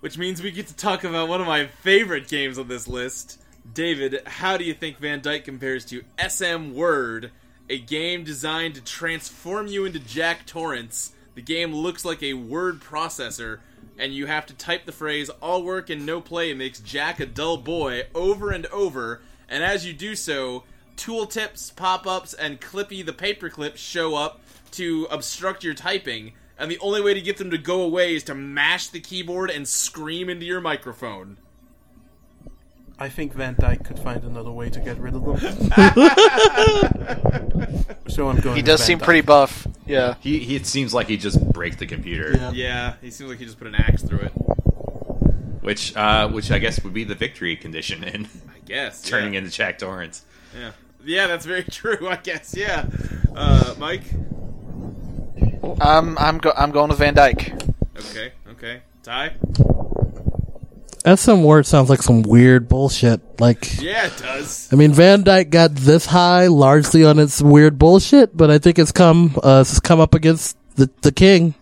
H: Which means we get to talk about one of my favorite games on this list. David, how do you think Van Dyke compares to SM Word, a game designed to transform you into Jack Torrance? The game looks like a word processor, and you have to type the phrase all work and no play makes Jack a dull boy over and over, and as you do so, tooltips, pop ups, and Clippy the paperclip show up to obstruct your typing, and the only way to get them to go away is to mash the keyboard and scream into your microphone.
C: I think Van Dyke could find another way to get rid of them. so I'm going.
D: He does
C: with
D: seem
C: Van
D: pretty
C: Dyke.
D: buff. Yeah.
F: He, he it seems like he just break the computer,
C: Yeah.
H: Yeah, he seems like he just put an axe through it.
F: which uh which I guess would be the victory condition in
H: I guess.
F: turning
H: yeah.
F: into Jack Torrance.
H: Yeah. yeah, that's very true, I guess. Yeah. Uh, Mike?
D: I'm I'm go- I'm going with Van Dyke.
H: Okay, okay. Ty?
E: SM Word sounds like some weird bullshit. Like,
H: Yeah, it does.
E: I mean, Van Dyke got this high largely on its weird bullshit, but I think it's come uh, it's come up against the the king.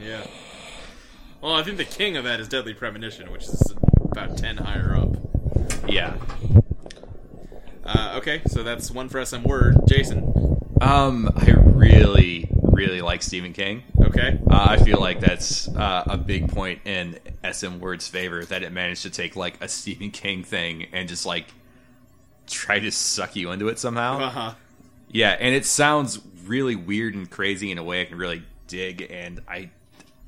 H: Yeah. Well, I think the king of that is Deadly Premonition, which is about 10 higher up.
F: Yeah.
H: Uh, okay, so that's one for SM Word. Jason?
F: Um, I really, really like Stephen King.
H: Okay.
F: Uh, I feel like that's uh, a big point in SM Word's favor that it managed to take like a Stephen King thing and just like try to suck you into it somehow.
H: Uh huh.
F: Yeah, and it sounds really weird and crazy in a way I can really dig. And I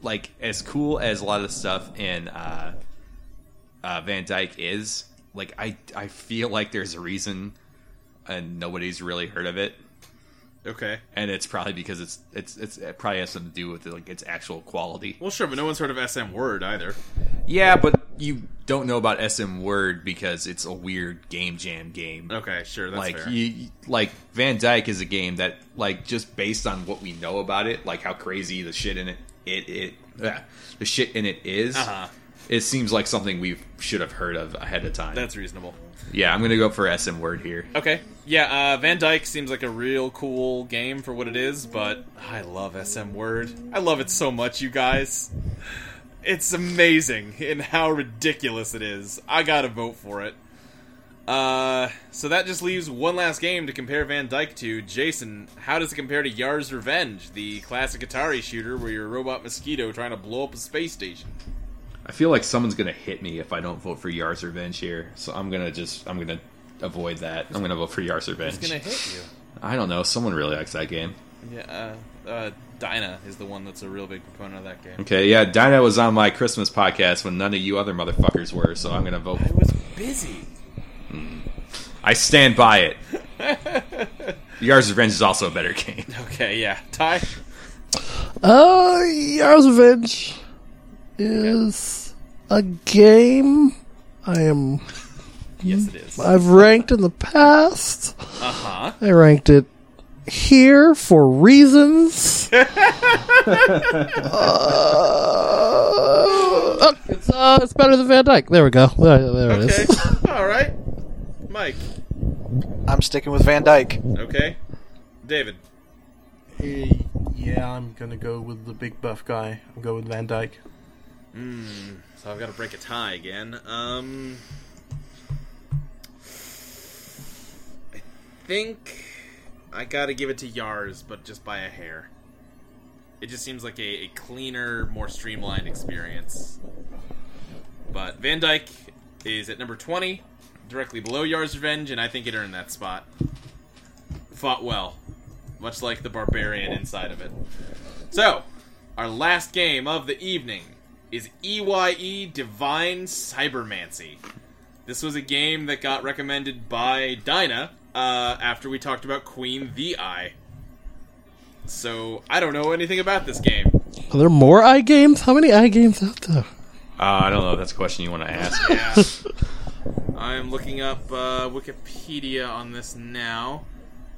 F: like as cool as a lot of the stuff in uh, uh, Van Dyke is. Like I, I feel like there's a reason, and nobody's really heard of it
H: Okay.
F: and it's probably because it's it's it's it probably has something to do with like its actual quality.
H: Well, sure, but no one's heard of SM Word either.
F: Yeah, but you don't know about SM Word because it's a weird game jam game.
H: Okay, sure, that's
F: like
H: fair.
F: you, you- like Van Dyke is a game that like just based on what we know about it, like how crazy the shit in it it it yeah, the shit in it is,
H: Uh-huh.
F: It seems like something we should have heard of ahead of time.
H: That's reasonable.
F: yeah, I'm gonna go for SM Word here.
H: Okay. Yeah, uh, Van Dyke seems like a real cool game for what it is, but I love SM Word. I love it so much, you guys. It's amazing in how ridiculous it is. I gotta vote for it. Uh, so that just leaves one last game to compare Van Dyke to. Jason, how does it compare to Yar's Revenge, the classic Atari shooter where you're a robot mosquito trying to blow up a space station?
F: I feel like someone's gonna hit me if I don't vote for Yar's Revenge here, so I'm gonna just I'm gonna avoid that. I'm gonna vote for Yar's Revenge.
H: It's gonna hit you.
F: I don't know. Someone really likes that game.
H: Yeah, uh, uh, Dinah is the one that's a real big proponent of that game.
F: Okay, yeah, Dino was on my Christmas podcast when none of you other motherfuckers were, so I'm gonna vote.
H: I was busy.
F: I stand by it. Yar's Revenge is also a better game.
H: Okay, yeah. Ty?
E: Uh, Yar's Revenge is a game I am
H: Yes, it is. Uh
E: I've ranked in the past.
H: huh.
E: I ranked it here for reasons. Uh, it's, uh, it's better than Van Dyke. There we go. There, there it
H: Okay.
E: is.
H: All right. Mike.
D: I'm sticking with Van Dyke.
H: Okay, David.
C: Eh, yeah, I'm gonna go with the big buff guy. I'll go with Van Dyke.
H: So I've got to break a tie again. Um, I think I got to give it to Yars, but just by a hair. It just seems like a, a cleaner, more streamlined experience. But Van Dyke is at number 20, directly below Yars' Revenge, and I think it earned that spot. Fought well, much like the barbarian inside of it. So, our last game of the evening is EYE Divine Cybermancy. This was a game that got recommended by Dinah uh, after we talked about Queen the Eye. So I don't know anything about this game.
E: Are there more i games? How many i games out there?
F: Uh, I don't know if that's a question you want to ask.
H: Yeah. I'm looking up uh, Wikipedia on this now.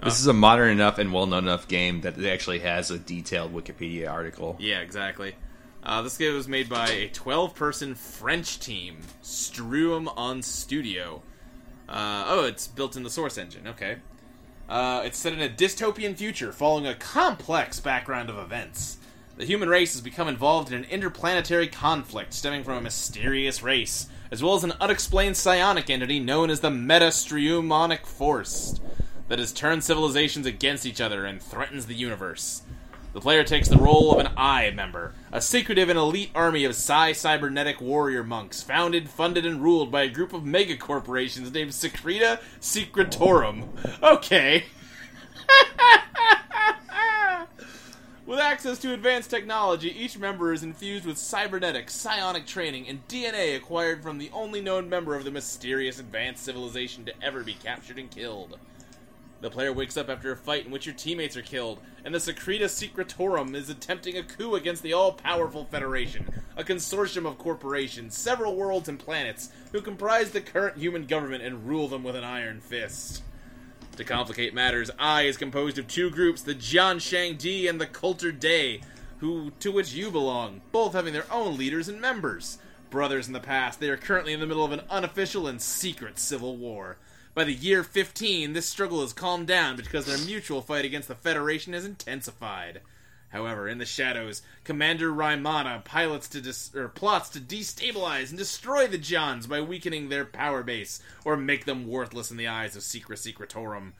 F: This is a modern enough and well known enough game that it actually has a detailed Wikipedia article.
H: Yeah, exactly. Uh, this game was made by a 12 person French team, Struum on Studio. Uh, oh, it's built in the Source Engine, okay. Uh, it's set in a dystopian future following a complex background of events. The human race has become involved in an interplanetary conflict stemming from a mysterious race, as well as an unexplained psionic entity known as the Meta Striumonic Force that has turned civilizations against each other and threatens the universe. The player takes the role of an I member, a secretive and elite army of psi cybernetic warrior monks, founded, funded, and ruled by a group of mega corporations named Secreta Secretorum. Okay. With access to advanced technology, each member is infused with cybernetic, psionic training, and DNA acquired from the only known member of the mysterious advanced civilization to ever be captured and killed. The player wakes up after a fight in which your teammates are killed, and the Secreta Secretorum is attempting a coup against the all powerful Federation, a consortium of corporations, several worlds, and planets who comprise the current human government and rule them with an iron fist. To complicate matters, I is composed of two groups, the Jianshang Di and the Coulter Day, who to which you belong, both having their own leaders and members. Brothers in the past, they are currently in the middle of an unofficial and secret civil war. By the year 15, this struggle has calmed down because their mutual fight against the Federation has intensified. However, in the shadows, Commander Raimana pilots to dis- or plots to destabilize and destroy the Johns by weakening their power base or make them worthless in the eyes of Secret Secretorum.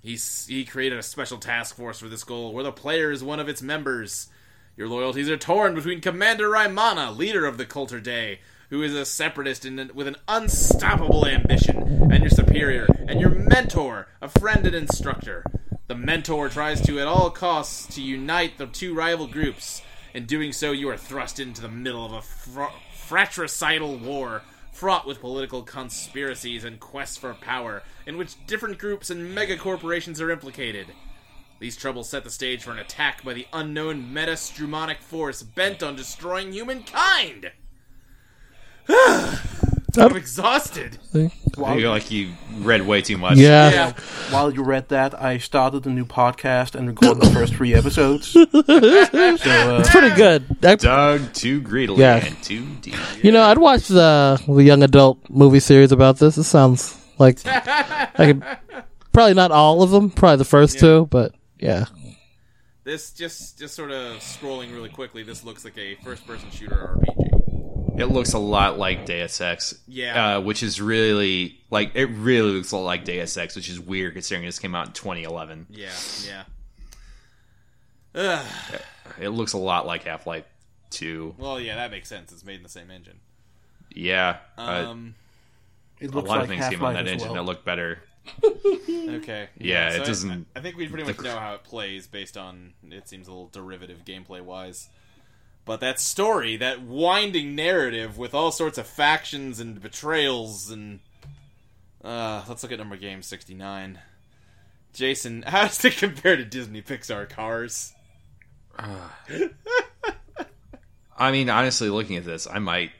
H: He's, he created a special task force for this goal, where the player is one of its members. Your loyalties are torn between Commander Raimana, leader of the Coulter Day, who is a separatist and with an unstoppable ambition, and your superior, and your mentor, a friend and instructor. The mentor tries to, at all costs, to unite the two rival groups. In doing so, you are thrust into the middle of a fr- fratricidal war fraught with political conspiracies and quests for power, in which different groups and mega corporations are implicated. These troubles set the stage for an attack by the unknown meta strumonic force bent on destroying humankind. I'm exhausted.
F: I feel like you read way too much.
E: Yeah.
H: Yeah.
C: While you read that, I started a new podcast and recorded the first three episodes. So, uh,
E: It's pretty good. I-
F: Dug too greedily
E: Yeah.
F: and too deep.
E: you know, I'd watch the the young adult movie series about this. It sounds like I could probably not all of them, probably the first two, but yeah.
H: This just just sort of scrolling really quickly. This looks like a first-person shooter RPG.
F: It looks a lot like Deus Ex.
H: Yeah.
F: Uh, which is really, like, it really looks a lot like Deus Ex, which is weird considering this came out in 2011.
H: Yeah, yeah. Ugh.
F: It looks a lot like Half Life 2.
H: Well, yeah, that makes sense. It's made in the same engine.
F: Yeah. uh,
H: Um,
C: it
F: a
C: looks
F: lot
C: like
F: of things came
C: Half-Life
F: on that
C: as
F: engine
C: well.
F: that look better.
H: okay.
F: Yeah, it
H: I-
F: doesn't-
H: I, think we pretty
F: the
H: much
F: cr-
H: know how it plays based on. It seems a little derivative gameplay wise. But that story, that winding narrative with all sorts of factions and betrayals, and uh, let's look at number game sixty nine. Jason, how does it compare to Disney Pixar Cars?
F: I mean, honestly, looking at this, I might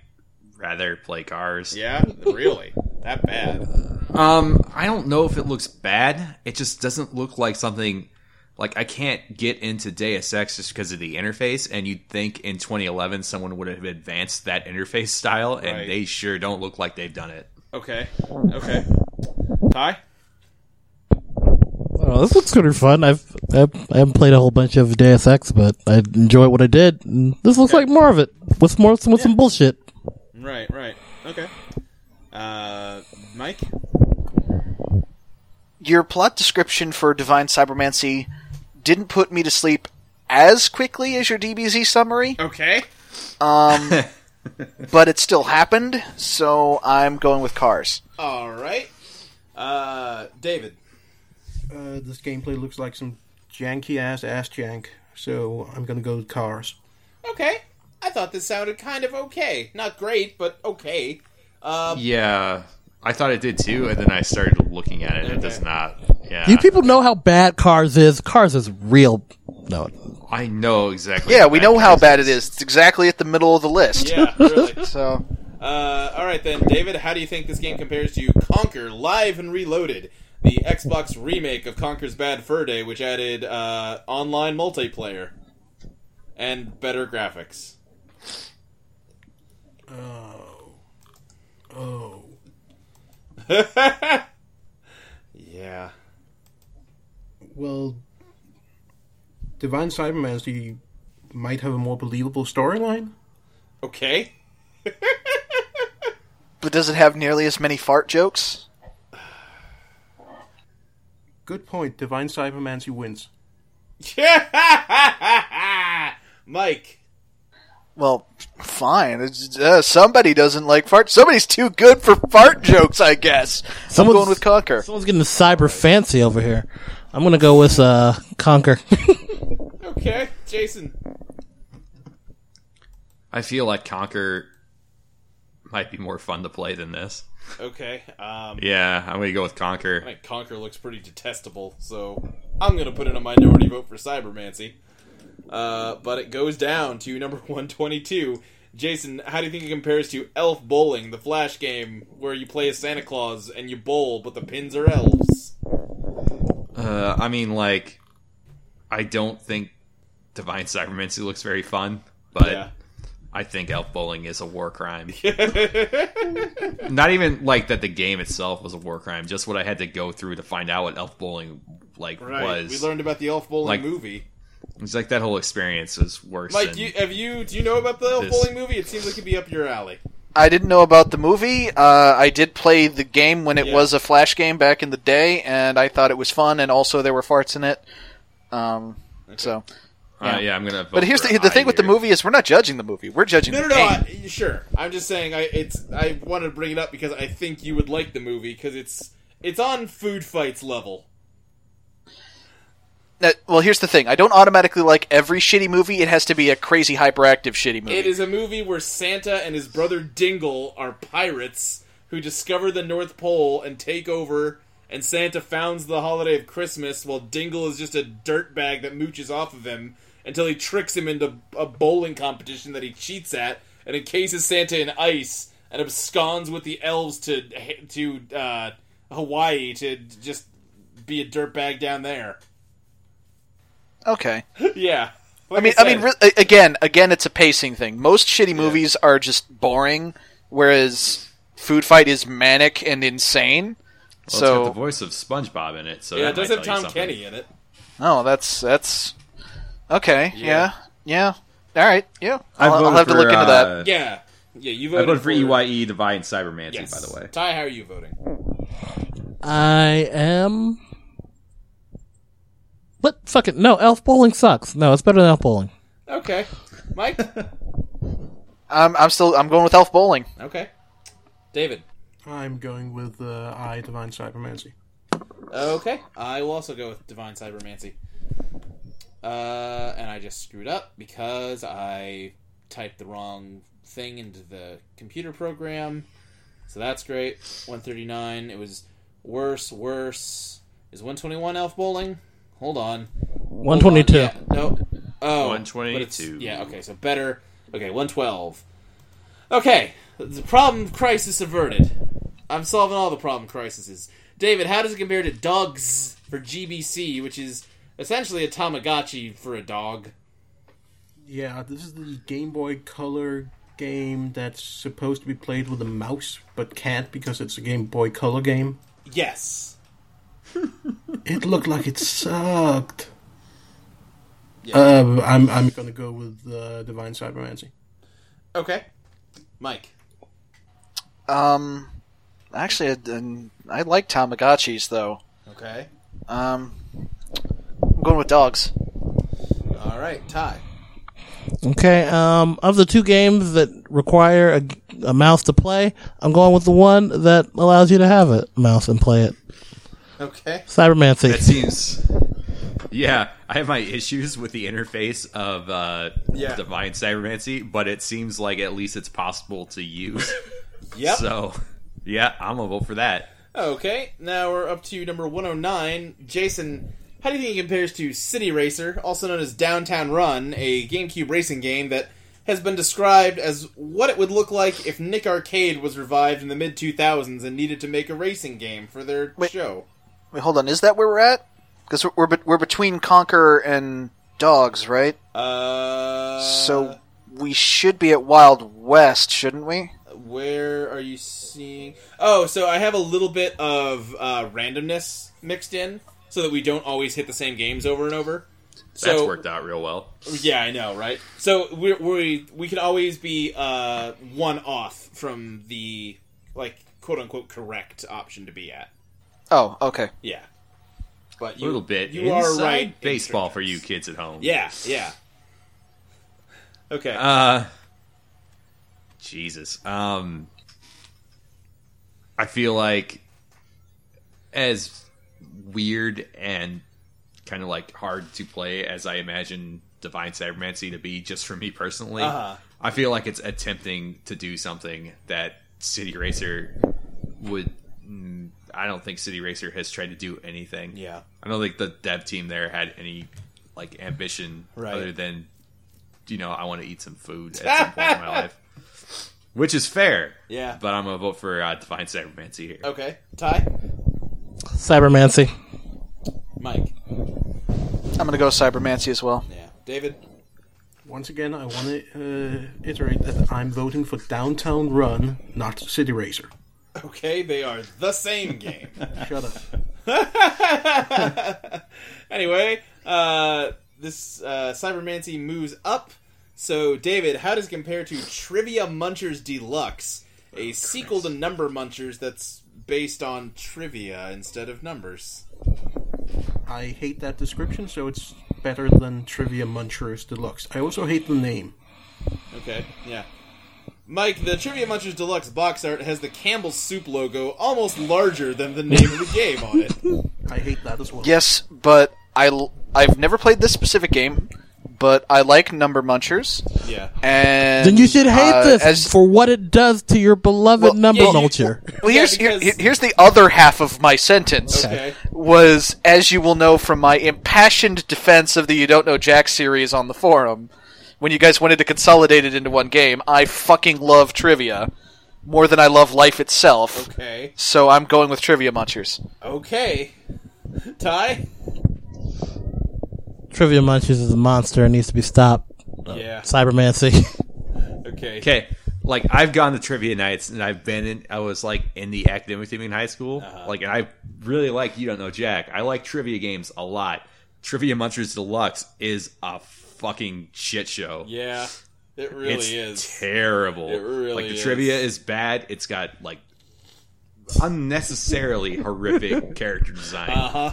F: rather play Cars.
H: Yeah, really, that bad.
F: Um, I don't know if it looks bad. It just doesn't look like something like I can't get into Deus Ex just because of the interface. And you'd think in 2011 someone would have advanced that interface style, and
H: Right.
F: they sure don't look like they've done it.
H: Okay, okay. Ty,
E: Well, this looks kind of fun. I've, I've I haven't played a whole bunch of Deus Ex, but I enjoy what I did. And this looks like more of it with more with some bullshit.
H: Right, right. Okay. Uh, Mike?
D: Your plot description for Divine Cybermancy didn't put me to sleep as quickly as your DBZ summary,
H: Okay.
D: but it still happened, so I'm going with cars.
H: All right. Uh, David.
C: Uh, this gameplay looks like some janky ass ass jank, so I'm gonna go with cars.
H: Okay. I thought this sounded kind of okay. Not great, but okay.
F: Yeah, I thought it did too, and then I started looking at it. and It does not. Yeah,
E: You people know how bad Cars is. Cars is real. No,
F: I know exactly.
D: Yeah,
F: how
D: we
F: bad
D: know how
F: Cars
D: bad it is. It's exactly at the middle of the list.
H: Yeah, really.
D: So
H: Uh, all right then, David. How do you think this game compares to Conquer Live and Reloaded, the Xbox remake of Conquer's Bad Fur Day, which added uh, online multiplayer and better graphics?
C: Oh,
H: Yeah.
C: well, Divine Cybermancy might have a more believable storyline.
H: Okay.
D: but does it have nearly as many fart jokes?
C: Good point. Divine Cybermancy wins.
H: Mike.
D: Well, fine. It's, uh, somebody doesn't like fart. Somebody's too good for fart jokes, I guess.
E: Someone's-
D: I'm going with Conquer.
E: someone's getting cyber fancy over here. I'm gonna go with uh, Conquer.
H: Okay, Jason.
F: I feel like Conquer might be more fun to play than this.
H: Okay. Um,
F: Yeah, I'm gonna go with Conquer.
H: I think Conquer looks pretty detestable, so I'm gonna put in a minority vote for Cybermancy. Uh, but it goes down to number 122. Jason, how do you think it compares to Elf Bowling, the Flash game where you play as Santa Claus and you bowl, but the pins are elves?
F: Uh, I mean, like, I don't think Divine Cybermancy looks very fun, but
H: Yeah.
F: I think elf bowling is a war crime. Not even like that the game itself was a war crime, just what I had to go through to find out what elf bowling like
H: Right.
F: was.
H: We learned about the Elf Bowling
F: Like-
H: movie.
F: it's like that whole experience was worse.
H: Mike,
F: than-
H: you, have you do you know about the Elf
F: This-
H: Bowling movie? It seems like it'd be up your alley.
D: I didn't know about the movie. Uh, I did play the game when it
H: Yeah.
D: was a Flash game back in the day, and I thought it was fun, and also there were farts in it. Um, So,
F: Uh, yeah, I'm gonna. Vote
D: but here's
F: for
D: the the thing
F: I
D: with the
F: here.
D: movie is we're not judging the movie. We're judging
H: No, no,
D: the
H: no.
D: game.
H: I, sure. I'm just saying. I it's. I wanted to bring it up because I think you would like the movie because it's it's on food fights level.
D: Now, Uh, well, here's the thing. I don't automatically like every shitty movie. It has to be a crazy hyperactive shitty movie.
H: It is a movie where Santa and his brother Dingle are pirates who discover the North Pole and take over. And Santa founds the holiday of Christmas while Dingle is just a dirtbag that mooches off of him until he tricks him into a bowling competition that he cheats at and encases Santa in ice and absconds with the elves to to uh, Hawaii to just be a dirtbag down there.
D: Okay.
H: yeah.
D: I mean, I mean, re- a- again, again, it's a pacing thing. Most shitty movies are just boring, whereas Food Fight is manic and insane.
F: Well, it's got the
D: so,
F: voice of SpongeBob in it. So
H: yeah,
F: that
H: it does
F: might
H: have
F: tell you
H: Tom
F: something.
H: Kenny in it.
D: oh, that's that's okay. Yeah, yeah. All right. Yeah,
F: I
D: I'll, I'll
F: voted
D: have to
F: for,
D: look into that.
F: uh,
H: Yeah, yeah. You
F: I
H: voted
F: voted for E EYE Divine Cybermancy,
H: Yes.
F: by the way.
H: Ty, how are you voting?
E: I am. What? Fuck it. No, Elf Bowling sucks. No, it's better than Elf Bowling.
H: Okay, Mike.
D: I'm I'm still I'm going with Elf Bowling.
H: okay, David.
C: I'm going with uh, I Divine Cybermancy.
H: Okay, I will also go with Divine Cybermancy. Uh, and I just screwed up because I typed the wrong thing into the computer program. So that's great. 139. It was worse, worse. Is 121 elf bowling? Hold on.
E: One twenty-two.
H: Yeah, no. Oh.
F: 122.
H: but it's- Yeah, okay, so better. Okay, 112. Okay, the problem crisis averted. I'm solving all the problem crises. David, how does it compare to Dogs for GBC, which is essentially a Tamagotchi for a dog?
C: Yeah, this is the Game Boy Color game that's supposed to be played with a mouse, but can't because it's a Game Boy Color game.
H: Yes.
C: It looked like it sucked. Uh, I'm I'm gonna go with uh, Divine Cybermancy.
H: Okay, Mike.
D: Um, actually, I, um, I like Tamagotchis though.
H: Okay,
D: Um, I'm going with dogs.
H: all right, Ty.
E: Okay, um, of the two games that require a, a mouse to play, I'm going with the one that allows you to have a mouse and play it.
H: Okay,
E: Cybermancy.
F: That seems. Yeah, I have my issues with the interface of uh,
H: Yeah.
F: Divine Cybermancy, but it seems like at least it's possible to use.
H: yep.
F: So, yeah, I'm a vote for that.
H: Okay, now we're up to number 109. Jason, how do you think it compares to City Racer, also known as Downtown Run, a GameCube racing game that has been described as what it would look like if Nick Arcade was revived in the mid 2000s and needed to make a racing game for their
D: Wait.
H: show?
D: Wait, hold on. Is that where we're at? Because we're we're, be- we're between Conquer and dogs, right?
H: Uh.
D: so we should be at Wild West, shouldn't we?
H: Where are you seeing? Oh, so I have a little bit of uh, randomness mixed in so that we don't always hit the same games over and over.
F: That's
H: so,
F: worked out real well.
H: Yeah, I know, right? So we we we can always be uh, one off from the like quote unquote correct option to be at.
D: Oh, okay.
H: Yeah, but
F: A
H: you,
F: little bit.
H: You are
F: inside
H: right. in
F: Baseball
H: certain
F: for you
H: things.
F: kids at home.
H: Yeah, yeah. Okay.
F: Uh, Jesus. Um, I feel like as weird and kind of like hard to play as I imagine Divine Cybermancy to be, just for me personally,
H: Uh-huh.
F: I feel like it's attempting to do something that City Racer would. mm, I don't think City Racer has tried to do anything.
H: yeah.
F: I don't think the dev team there had any like ambition
H: Right.
F: other than you know I want to eat some food at some point in my life, which is fair.
H: Yeah.
F: but I'm gonna vote for uh, Divine Cybermancy here.
H: Okay. Ty,
E: Cybermancy.
H: Mike.
D: I'm gonna go Cybermancy as well.
H: Yeah. David.
C: Once again, I want to uh, iterate that I'm voting for Downtown Run, not City Racer.
H: Okay, they are the same game.
C: Shut up.
H: anyway, uh, this uh, Cybermancy moves up. So, David, how does it compare to Trivia Munchers Deluxe,
F: Oh,
H: a sequel to Number Munchers that's based on trivia instead of numbers?
C: I hate that description, so it's better than Trivia Munchers Deluxe. I also hate the name.
H: Okay, yeah. Mike, the Trivia Munchers Deluxe box art has the Campbell Soup logo almost larger than the name of the game on it.
C: I hate that as well.
D: Yes, but I l- I've never played this specific game, but I like Number Munchers,
H: Yeah.
D: and
E: Then you should hate
D: uh,
E: this
D: as-
E: for what it does to your beloved
D: Well,
E: number
H: yeah, you-
E: culture.
D: well,
H: Yeah,
D: here's here-
H: because-
D: here's the other half of my sentence.
H: Okay.
D: Was as you will know from my impassioned defense of the You Don't Know Jack series on the forum, when you guys wanted to consolidate it into one game. I fucking love trivia more than I love life itself.
H: Okay.
D: So I'm going with Trivia Munchers.
H: Okay. Ty?
E: Trivia Munchies is a monster and needs to be stopped.
H: Yeah.
E: Cybermancy.
H: Okay.
F: Oh. Okay, like I've gone to trivia nights and I've been in. I was like in the academic team in high school. Like, and I really like you don't know Jack. I like trivia games a lot. Trivia Munchers Deluxe is a fucking shit show.
H: Yeah. It really
F: it's
H: is.
F: terrible.
H: It really
F: like the
H: is.
F: trivia is bad. It's got like unnecessarily horrific character design.
H: Uh-huh.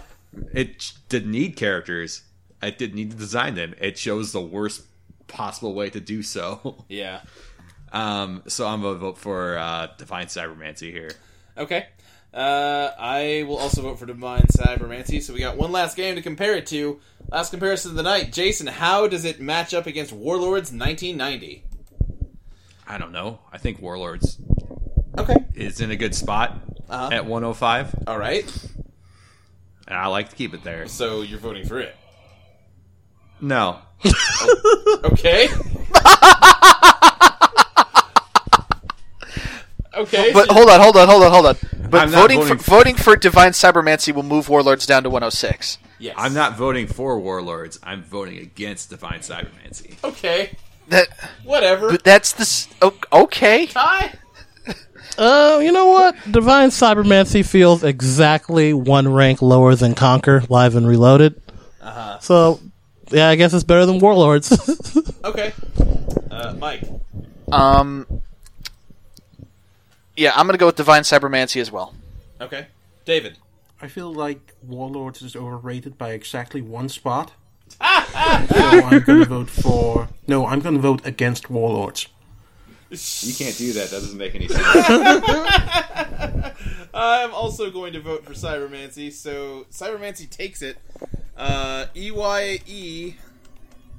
F: It sh- didn't need characters. It didn't need to design them. It shows the worst possible way to do so.
H: Yeah.
F: Um, so I'm gonna vote for uh, Divine Cybermancy here.
H: Okay. Uh, I will also vote for Divine Cybermancy. So we got one last game to compare it to. Last comparison of the night. Jason, how does it match up against Warlords 1990?
F: I don't know. I think Warlords
H: Okay.
F: is in a good spot
H: Uh-huh.
F: at 105,
H: All right.
F: and I like to keep it there.
H: So you're voting for it.
F: No,
H: Okay. okay.
D: But oh,
H: so-
D: hold on, hold on, hold on, hold on. But
F: I'm not
D: voting,
F: voting
D: for, voting for Divine Cybermancy will move Warlords down to 106.
H: yes.
F: I'm not voting for Warlords. I'm voting against Divine Cybermancy.
H: Okay.
D: That,
H: Whatever.
D: but that's the s- o- okay.
H: Ty?
E: Uh, you know what? Divine Cybermancy feels exactly one rank lower than Conquer, Live and Reloaded. Uh-huh. So, yeah, I guess it's better than Warlords.
H: Okay. Uh, Mike.
D: Um, yeah, I'm gonna go with Divine Cybermancy as well.
H: Okay. David.
C: I feel like Warlords is overrated by exactly one spot. so I'm going to vote for. No, I'm going to vote against Warlords.
F: You can't do that. That doesn't make any sense.
H: I'm also going to vote for Cybermancy, so Cybermancy takes it. Uh, EYE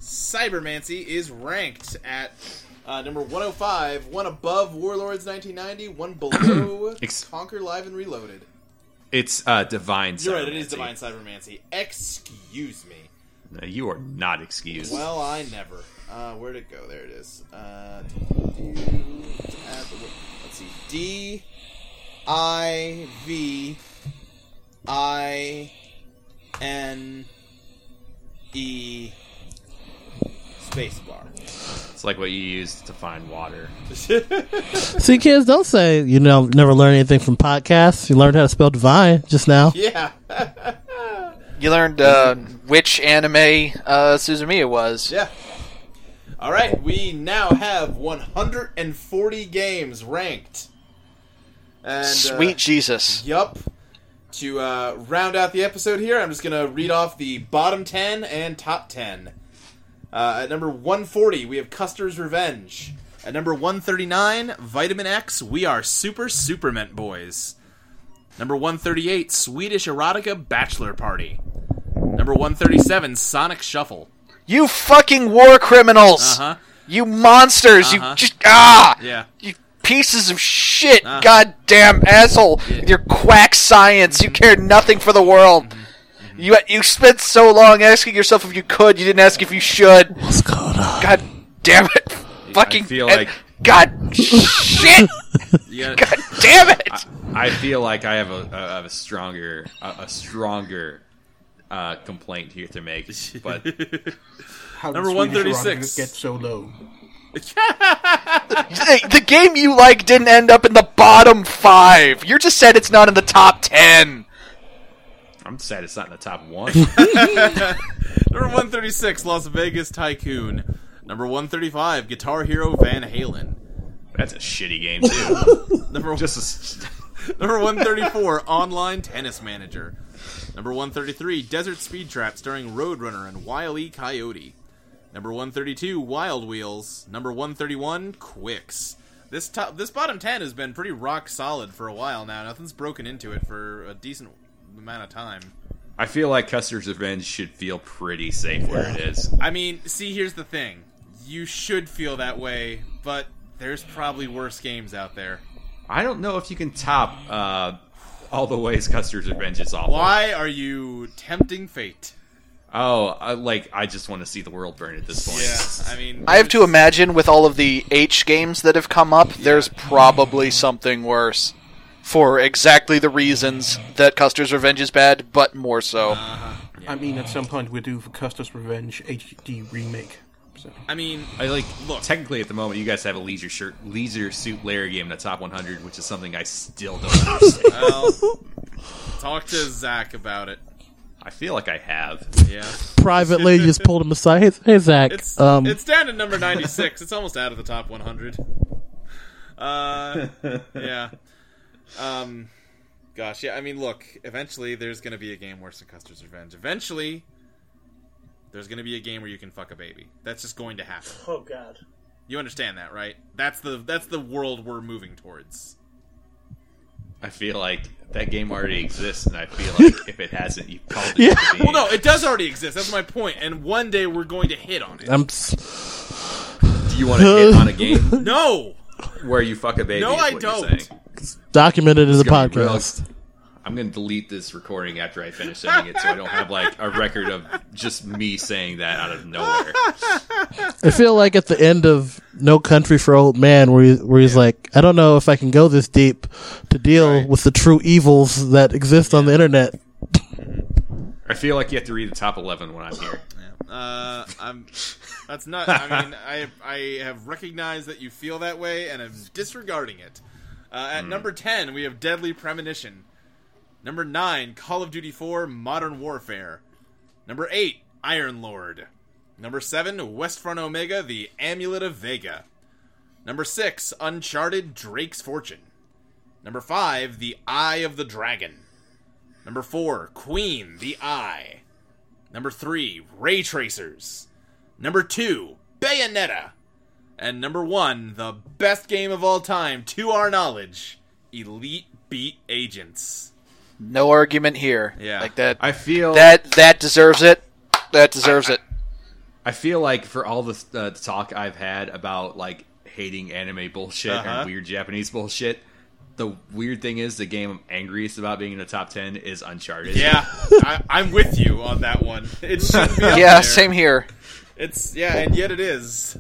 H: Cybermancy is ranked at uh, number 105, one above Warlords 1990, one below
F: Ex-
H: Conquer Live and Reloaded.
F: it's uh, divine.
H: You're right, it is
F: Cybermancy.
H: Divine Cybermancy. Excuse me.
F: No, you are not excused.
H: Well, Oh, I never. Uh, where'd it go? There it is. Uh, let's see. D I V I N E spacebar.
F: it's like what you use to find water.
E: See, kids, don't say you know never learn anything from podcasts. You learned how to spell divine just now.
H: Yeah.
D: You learned uh, which anime uh, Suzumiya was.
H: Yeah. All right, we now have 140 games ranked. And, uh,
D: Sweet Jesus.
H: Yup. To uh, round out the episode here, I'm just going to read off the bottom 10 and top 10. Uh, at number 140, we have Custer's Revenge. At number 139, Vitamin X, We Are Super Superment Boys. Number 138, Swedish Erotica Bachelor Party. Number 137, Sonic Shuffle.
D: You fucking war criminals!
H: Uh huh.
D: You monsters!
H: Uh-huh.
D: You just ah!
H: Yeah.
D: You pieces of shit! Goddamn asshole! Your quack science! You care nothing for the world.
F: Mm-hmm.
D: You you spent so long asking yourself if you could. You didn't ask if you should.
E: What's going on?
D: God damn it! Fucking
F: feel
D: and-
F: like-
D: God shit!
H: You gotta-
D: God damn it!
F: I feel like I have a, I have a stronger a, a stronger uh, complaint here to make, but
C: How
H: Number
C: did Swedish
H: 136.
C: Erotica get so low?
D: Hey, the game you like didn't end up in the bottom five. You just said it's not in the top ten.
F: I'm sad it's not in the top one.
H: Number 136, Las Vegas Tycoon. Number 135, Guitar Hero Van Halen.
F: That's a shitty game too.
H: Number
F: Just a s
H: Number 134, Online Tennis Manager. Number 133, Desert Speed Trap starring Roadrunner and Wile E. Coyote. Number 132, Wild Wheels. Number 131, Quicks. This top, this bottom 10 has been pretty rock solid for a while now. Nothing's broken into it for a decent amount of time.
F: I feel like Custer's Revenge should feel pretty safe where it is.
H: I mean, see, here's the thing. You should feel that way, but there's probably worse games out there.
F: I don't know if you can top uh, all the ways Custer's Revenge is awful.
H: Why are you tempting fate?
F: Oh, I, like I just want to see the world burn at this point.
H: Yeah, I mean,
D: I have to
H: there's-
D: imagine with all of the H games that have come up, there's probably something worse. For exactly the reasons that Custer's Revenge is bad, but more so.
C: I mean, at some point we're due for Custer's Revenge HD remake. So.
H: I mean,
F: I like
H: Look.
F: technically at the moment you guys have a leisure shirt, leisure suit Larry game in the top 100, which is something I still don't understand.
H: Well, talk to Zach about it.
F: I feel like I have.
H: Yeah,
E: Privately, you just pulled him aside. Hey, hey Zach.
H: it's
E: um,
H: it's down to number ninety six. It's almost out of the top one hundred. Uh, yeah. Um, gosh, yeah. I mean, look. Eventually, there's gonna be a game worse than Custer's Revenge. Eventually, there's gonna be a game where you can fuck a baby. That's just going to happen.
B: Oh god.
H: You understand that, right? That's the that's the world we're moving towards.
F: I feel like that game already exists, and I feel like if it hasn't, you called it.
E: Yeah.
F: being.
H: Well, no, it does already exist. That's my point. And one day we're going to hit on it.
E: I'm s-
F: Do you want to hit on a game
H: No.
F: where you fuck a baby?
H: No,
F: is
H: I
F: what you're
H: don't.
F: saying.
E: documented as a
F: gonna be real.
E: podcast.
F: I'm going to delete this recording after I finish editing it, so I don't have like a record of just me saying that out of nowhere.
E: I feel like at the end of No Country for Old Man, where, he, where he's like, I don't know if I can go this deep to deal with the true evils that exist on the internet.
F: I feel like you have to read the top 11 when I'm here.
H: Uh, I'm. That's not. I mean, I I have recognized that you feel that way, and I'm disregarding it. Uh, at number 10, we have Deadly Premonition. Number 9, Call of Duty 4 Modern Warfare. Number 8, Iron Lord. Number 7, West Front Omega The Amulet of Vega. Number 6, Uncharted Drake's Fortune. Number 5, The Eye of the Dragon. Number 4, Queen The Eye. Number 3, Ray Tracers. Number 2, Bayonetta. And number 1, the best game of all time to our knowledge, Elite Beat Agents.
D: No argument here.
H: Yeah.
D: like that.
F: I feel
D: that that deserves it. That deserves it.
F: I feel like for all the uh, talk I've had about like hating anime bullshit
H: Uh-huh.
F: and weird Japanese bullshit, the weird thing is the game I'm angriest about being in the top ten is Uncharted.
H: Yeah, I, I'm with you on that one. It should be up
D: Yeah,
H: there.
D: same here.
H: It's yeah, and yet it is.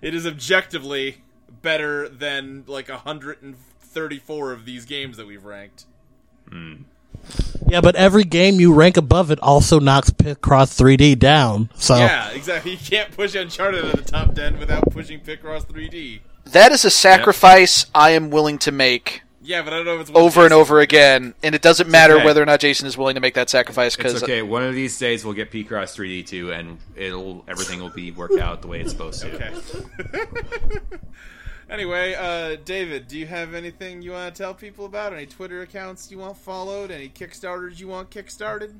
H: It is objectively better than like 134 of these games that we've ranked.
E: Yeah, but every game you rank above it also knocks Picross 3D down. So
H: Yeah, exactly. You can't push Uncharted to the top 10 without pushing Picross 3D.
D: That is a sacrifice I am willing to make
H: Yeah, but I don't know if it's worth
D: over
H: it.
D: and over again, and it doesn't matter
F: okay.
D: whether or not Jason is willing to make that sacrifice
F: It's
D: because
F: okay. One of these days we'll get P Cross 3D too, and it'll everything will be worked out the way it's supposed to.
H: Okay. anyway, uh, David, do you have anything you want to tell people about? Any Twitter accounts you want followed? Any Kickstarters you want kickstarted?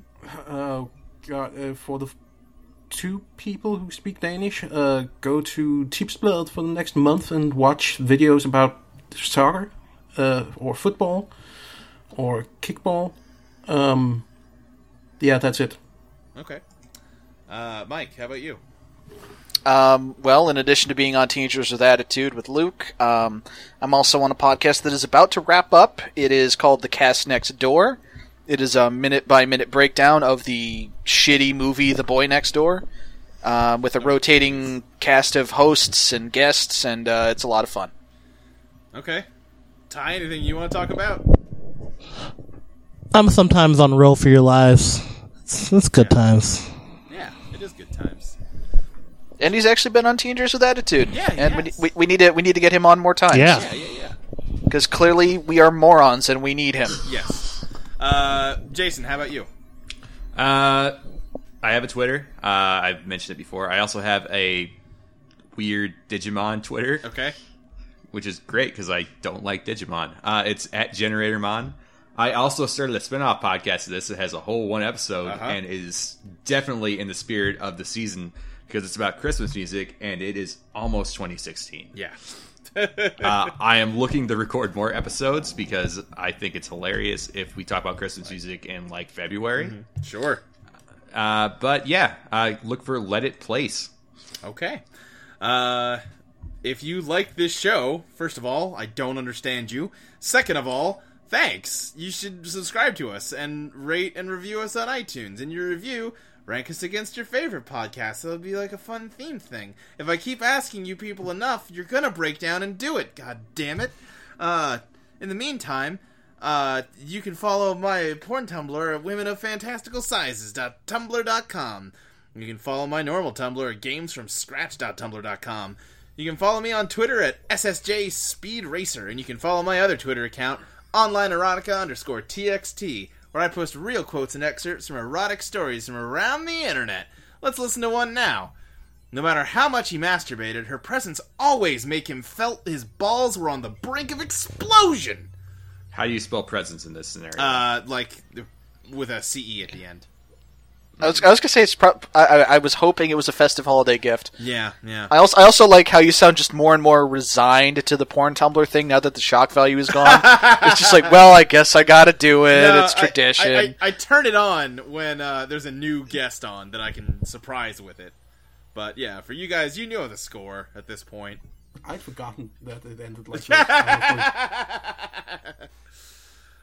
C: Oh god! Uh, for the f- two people who speak Danish, uh, go to Tipsbladet for the next month and watch videos about soccer, uh, or football, or kickball. Um, yeah, that's it.
H: Okay. Uh, Mike, how about you?
D: Um, well, in addition to being on Teenagers with Attitude with Luke, um, I'm also on a podcast that is about to wrap up. It is called The Cast Next Door. It is a minute by minute breakdown of the shitty movie The Boy Next Door um, with a rotating cast of hosts and guests, and uh, it's a lot of fun.
H: Okay. Ty, anything you want to talk about?
E: I'm sometimes on roll for your lives. It's, it's good times.
H: Yeah, it is good times.
D: And he's actually been on Teenagers with Attitude.
H: Yeah, he
D: and we,
H: has.
D: we, we need to we need to get him on more times.
E: Yeah.
H: Yeah, yeah, yeah.
D: because clearly we are morons and we need him.
H: Yes. Uh, Jason, how about you?
F: Uh, I have a Twitter. Uh, I've mentioned it before. I also have a weird Digimon Twitter.
H: Okay.
F: which is great because I don't like Digimon. Uh, it's at GeneratorMon. I also started a spin-off podcast of this. It has a whole one episode
H: Uh-huh.
F: and is definitely in the spirit of the season because it's about Christmas music and it is almost 2016.
H: Yeah.
F: Uh, I am looking to record more episodes because I think it's hilarious if we talk about Christmas music in like February.
H: Mm-hmm. Sure.
F: Uh, but yeah, uh, look for Let It Place.
H: Okay. Uh, if you like this show, first of all, I don't understand you. Second of all, thanks. You should subscribe to us and rate and review us on iTunes. In your review, rank us against your favorite podcast. It'll be like a fun themed thing. If I keep asking you people enough, you're gonna break down and do it. God damn it. Uh, in the meantime, uh, you can follow my porn Tumblr at womenoffantasticalsizes.tumblr.com. You can follow my normal Tumblr at gamesfromscratch.tumblr.com. You can follow me on Twitter at SSJ Speed Racer, and you can follow my other Twitter account, onlineerotica underscore TXT, where I post real quotes and excerpts from erotic stories from around the internet. Let's listen to one now. No matter how much he masturbated, her presence always make him felt his balls were on the brink of explosion.
F: How do you spell presence in this scenario?
H: Uh, like with a CE at the end.
D: I was, I was gonna say it's pro- I, I, I was hoping it was a festive holiday gift.
H: Yeah, yeah.
D: I also I also like how you sound just more and more resigned to the porn Tumblr thing now that the shock value is gone. it's just like, well, I guess I gotta do it.
H: No,
D: it's
H: Uh, I-
D: tradition.
H: I, I, I turn it on when uh, there's a new guest on that I can surprise with it. But yeah, for you guys, you know the score at this point.
C: I'd forgotten that it ended like this. honestly.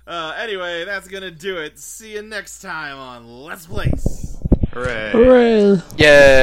H: Uh, anyway, that's gonna do it. See you next time on Let's Place.
F: Hooray.
E: Hooray.
D: Yay.
C: Oh,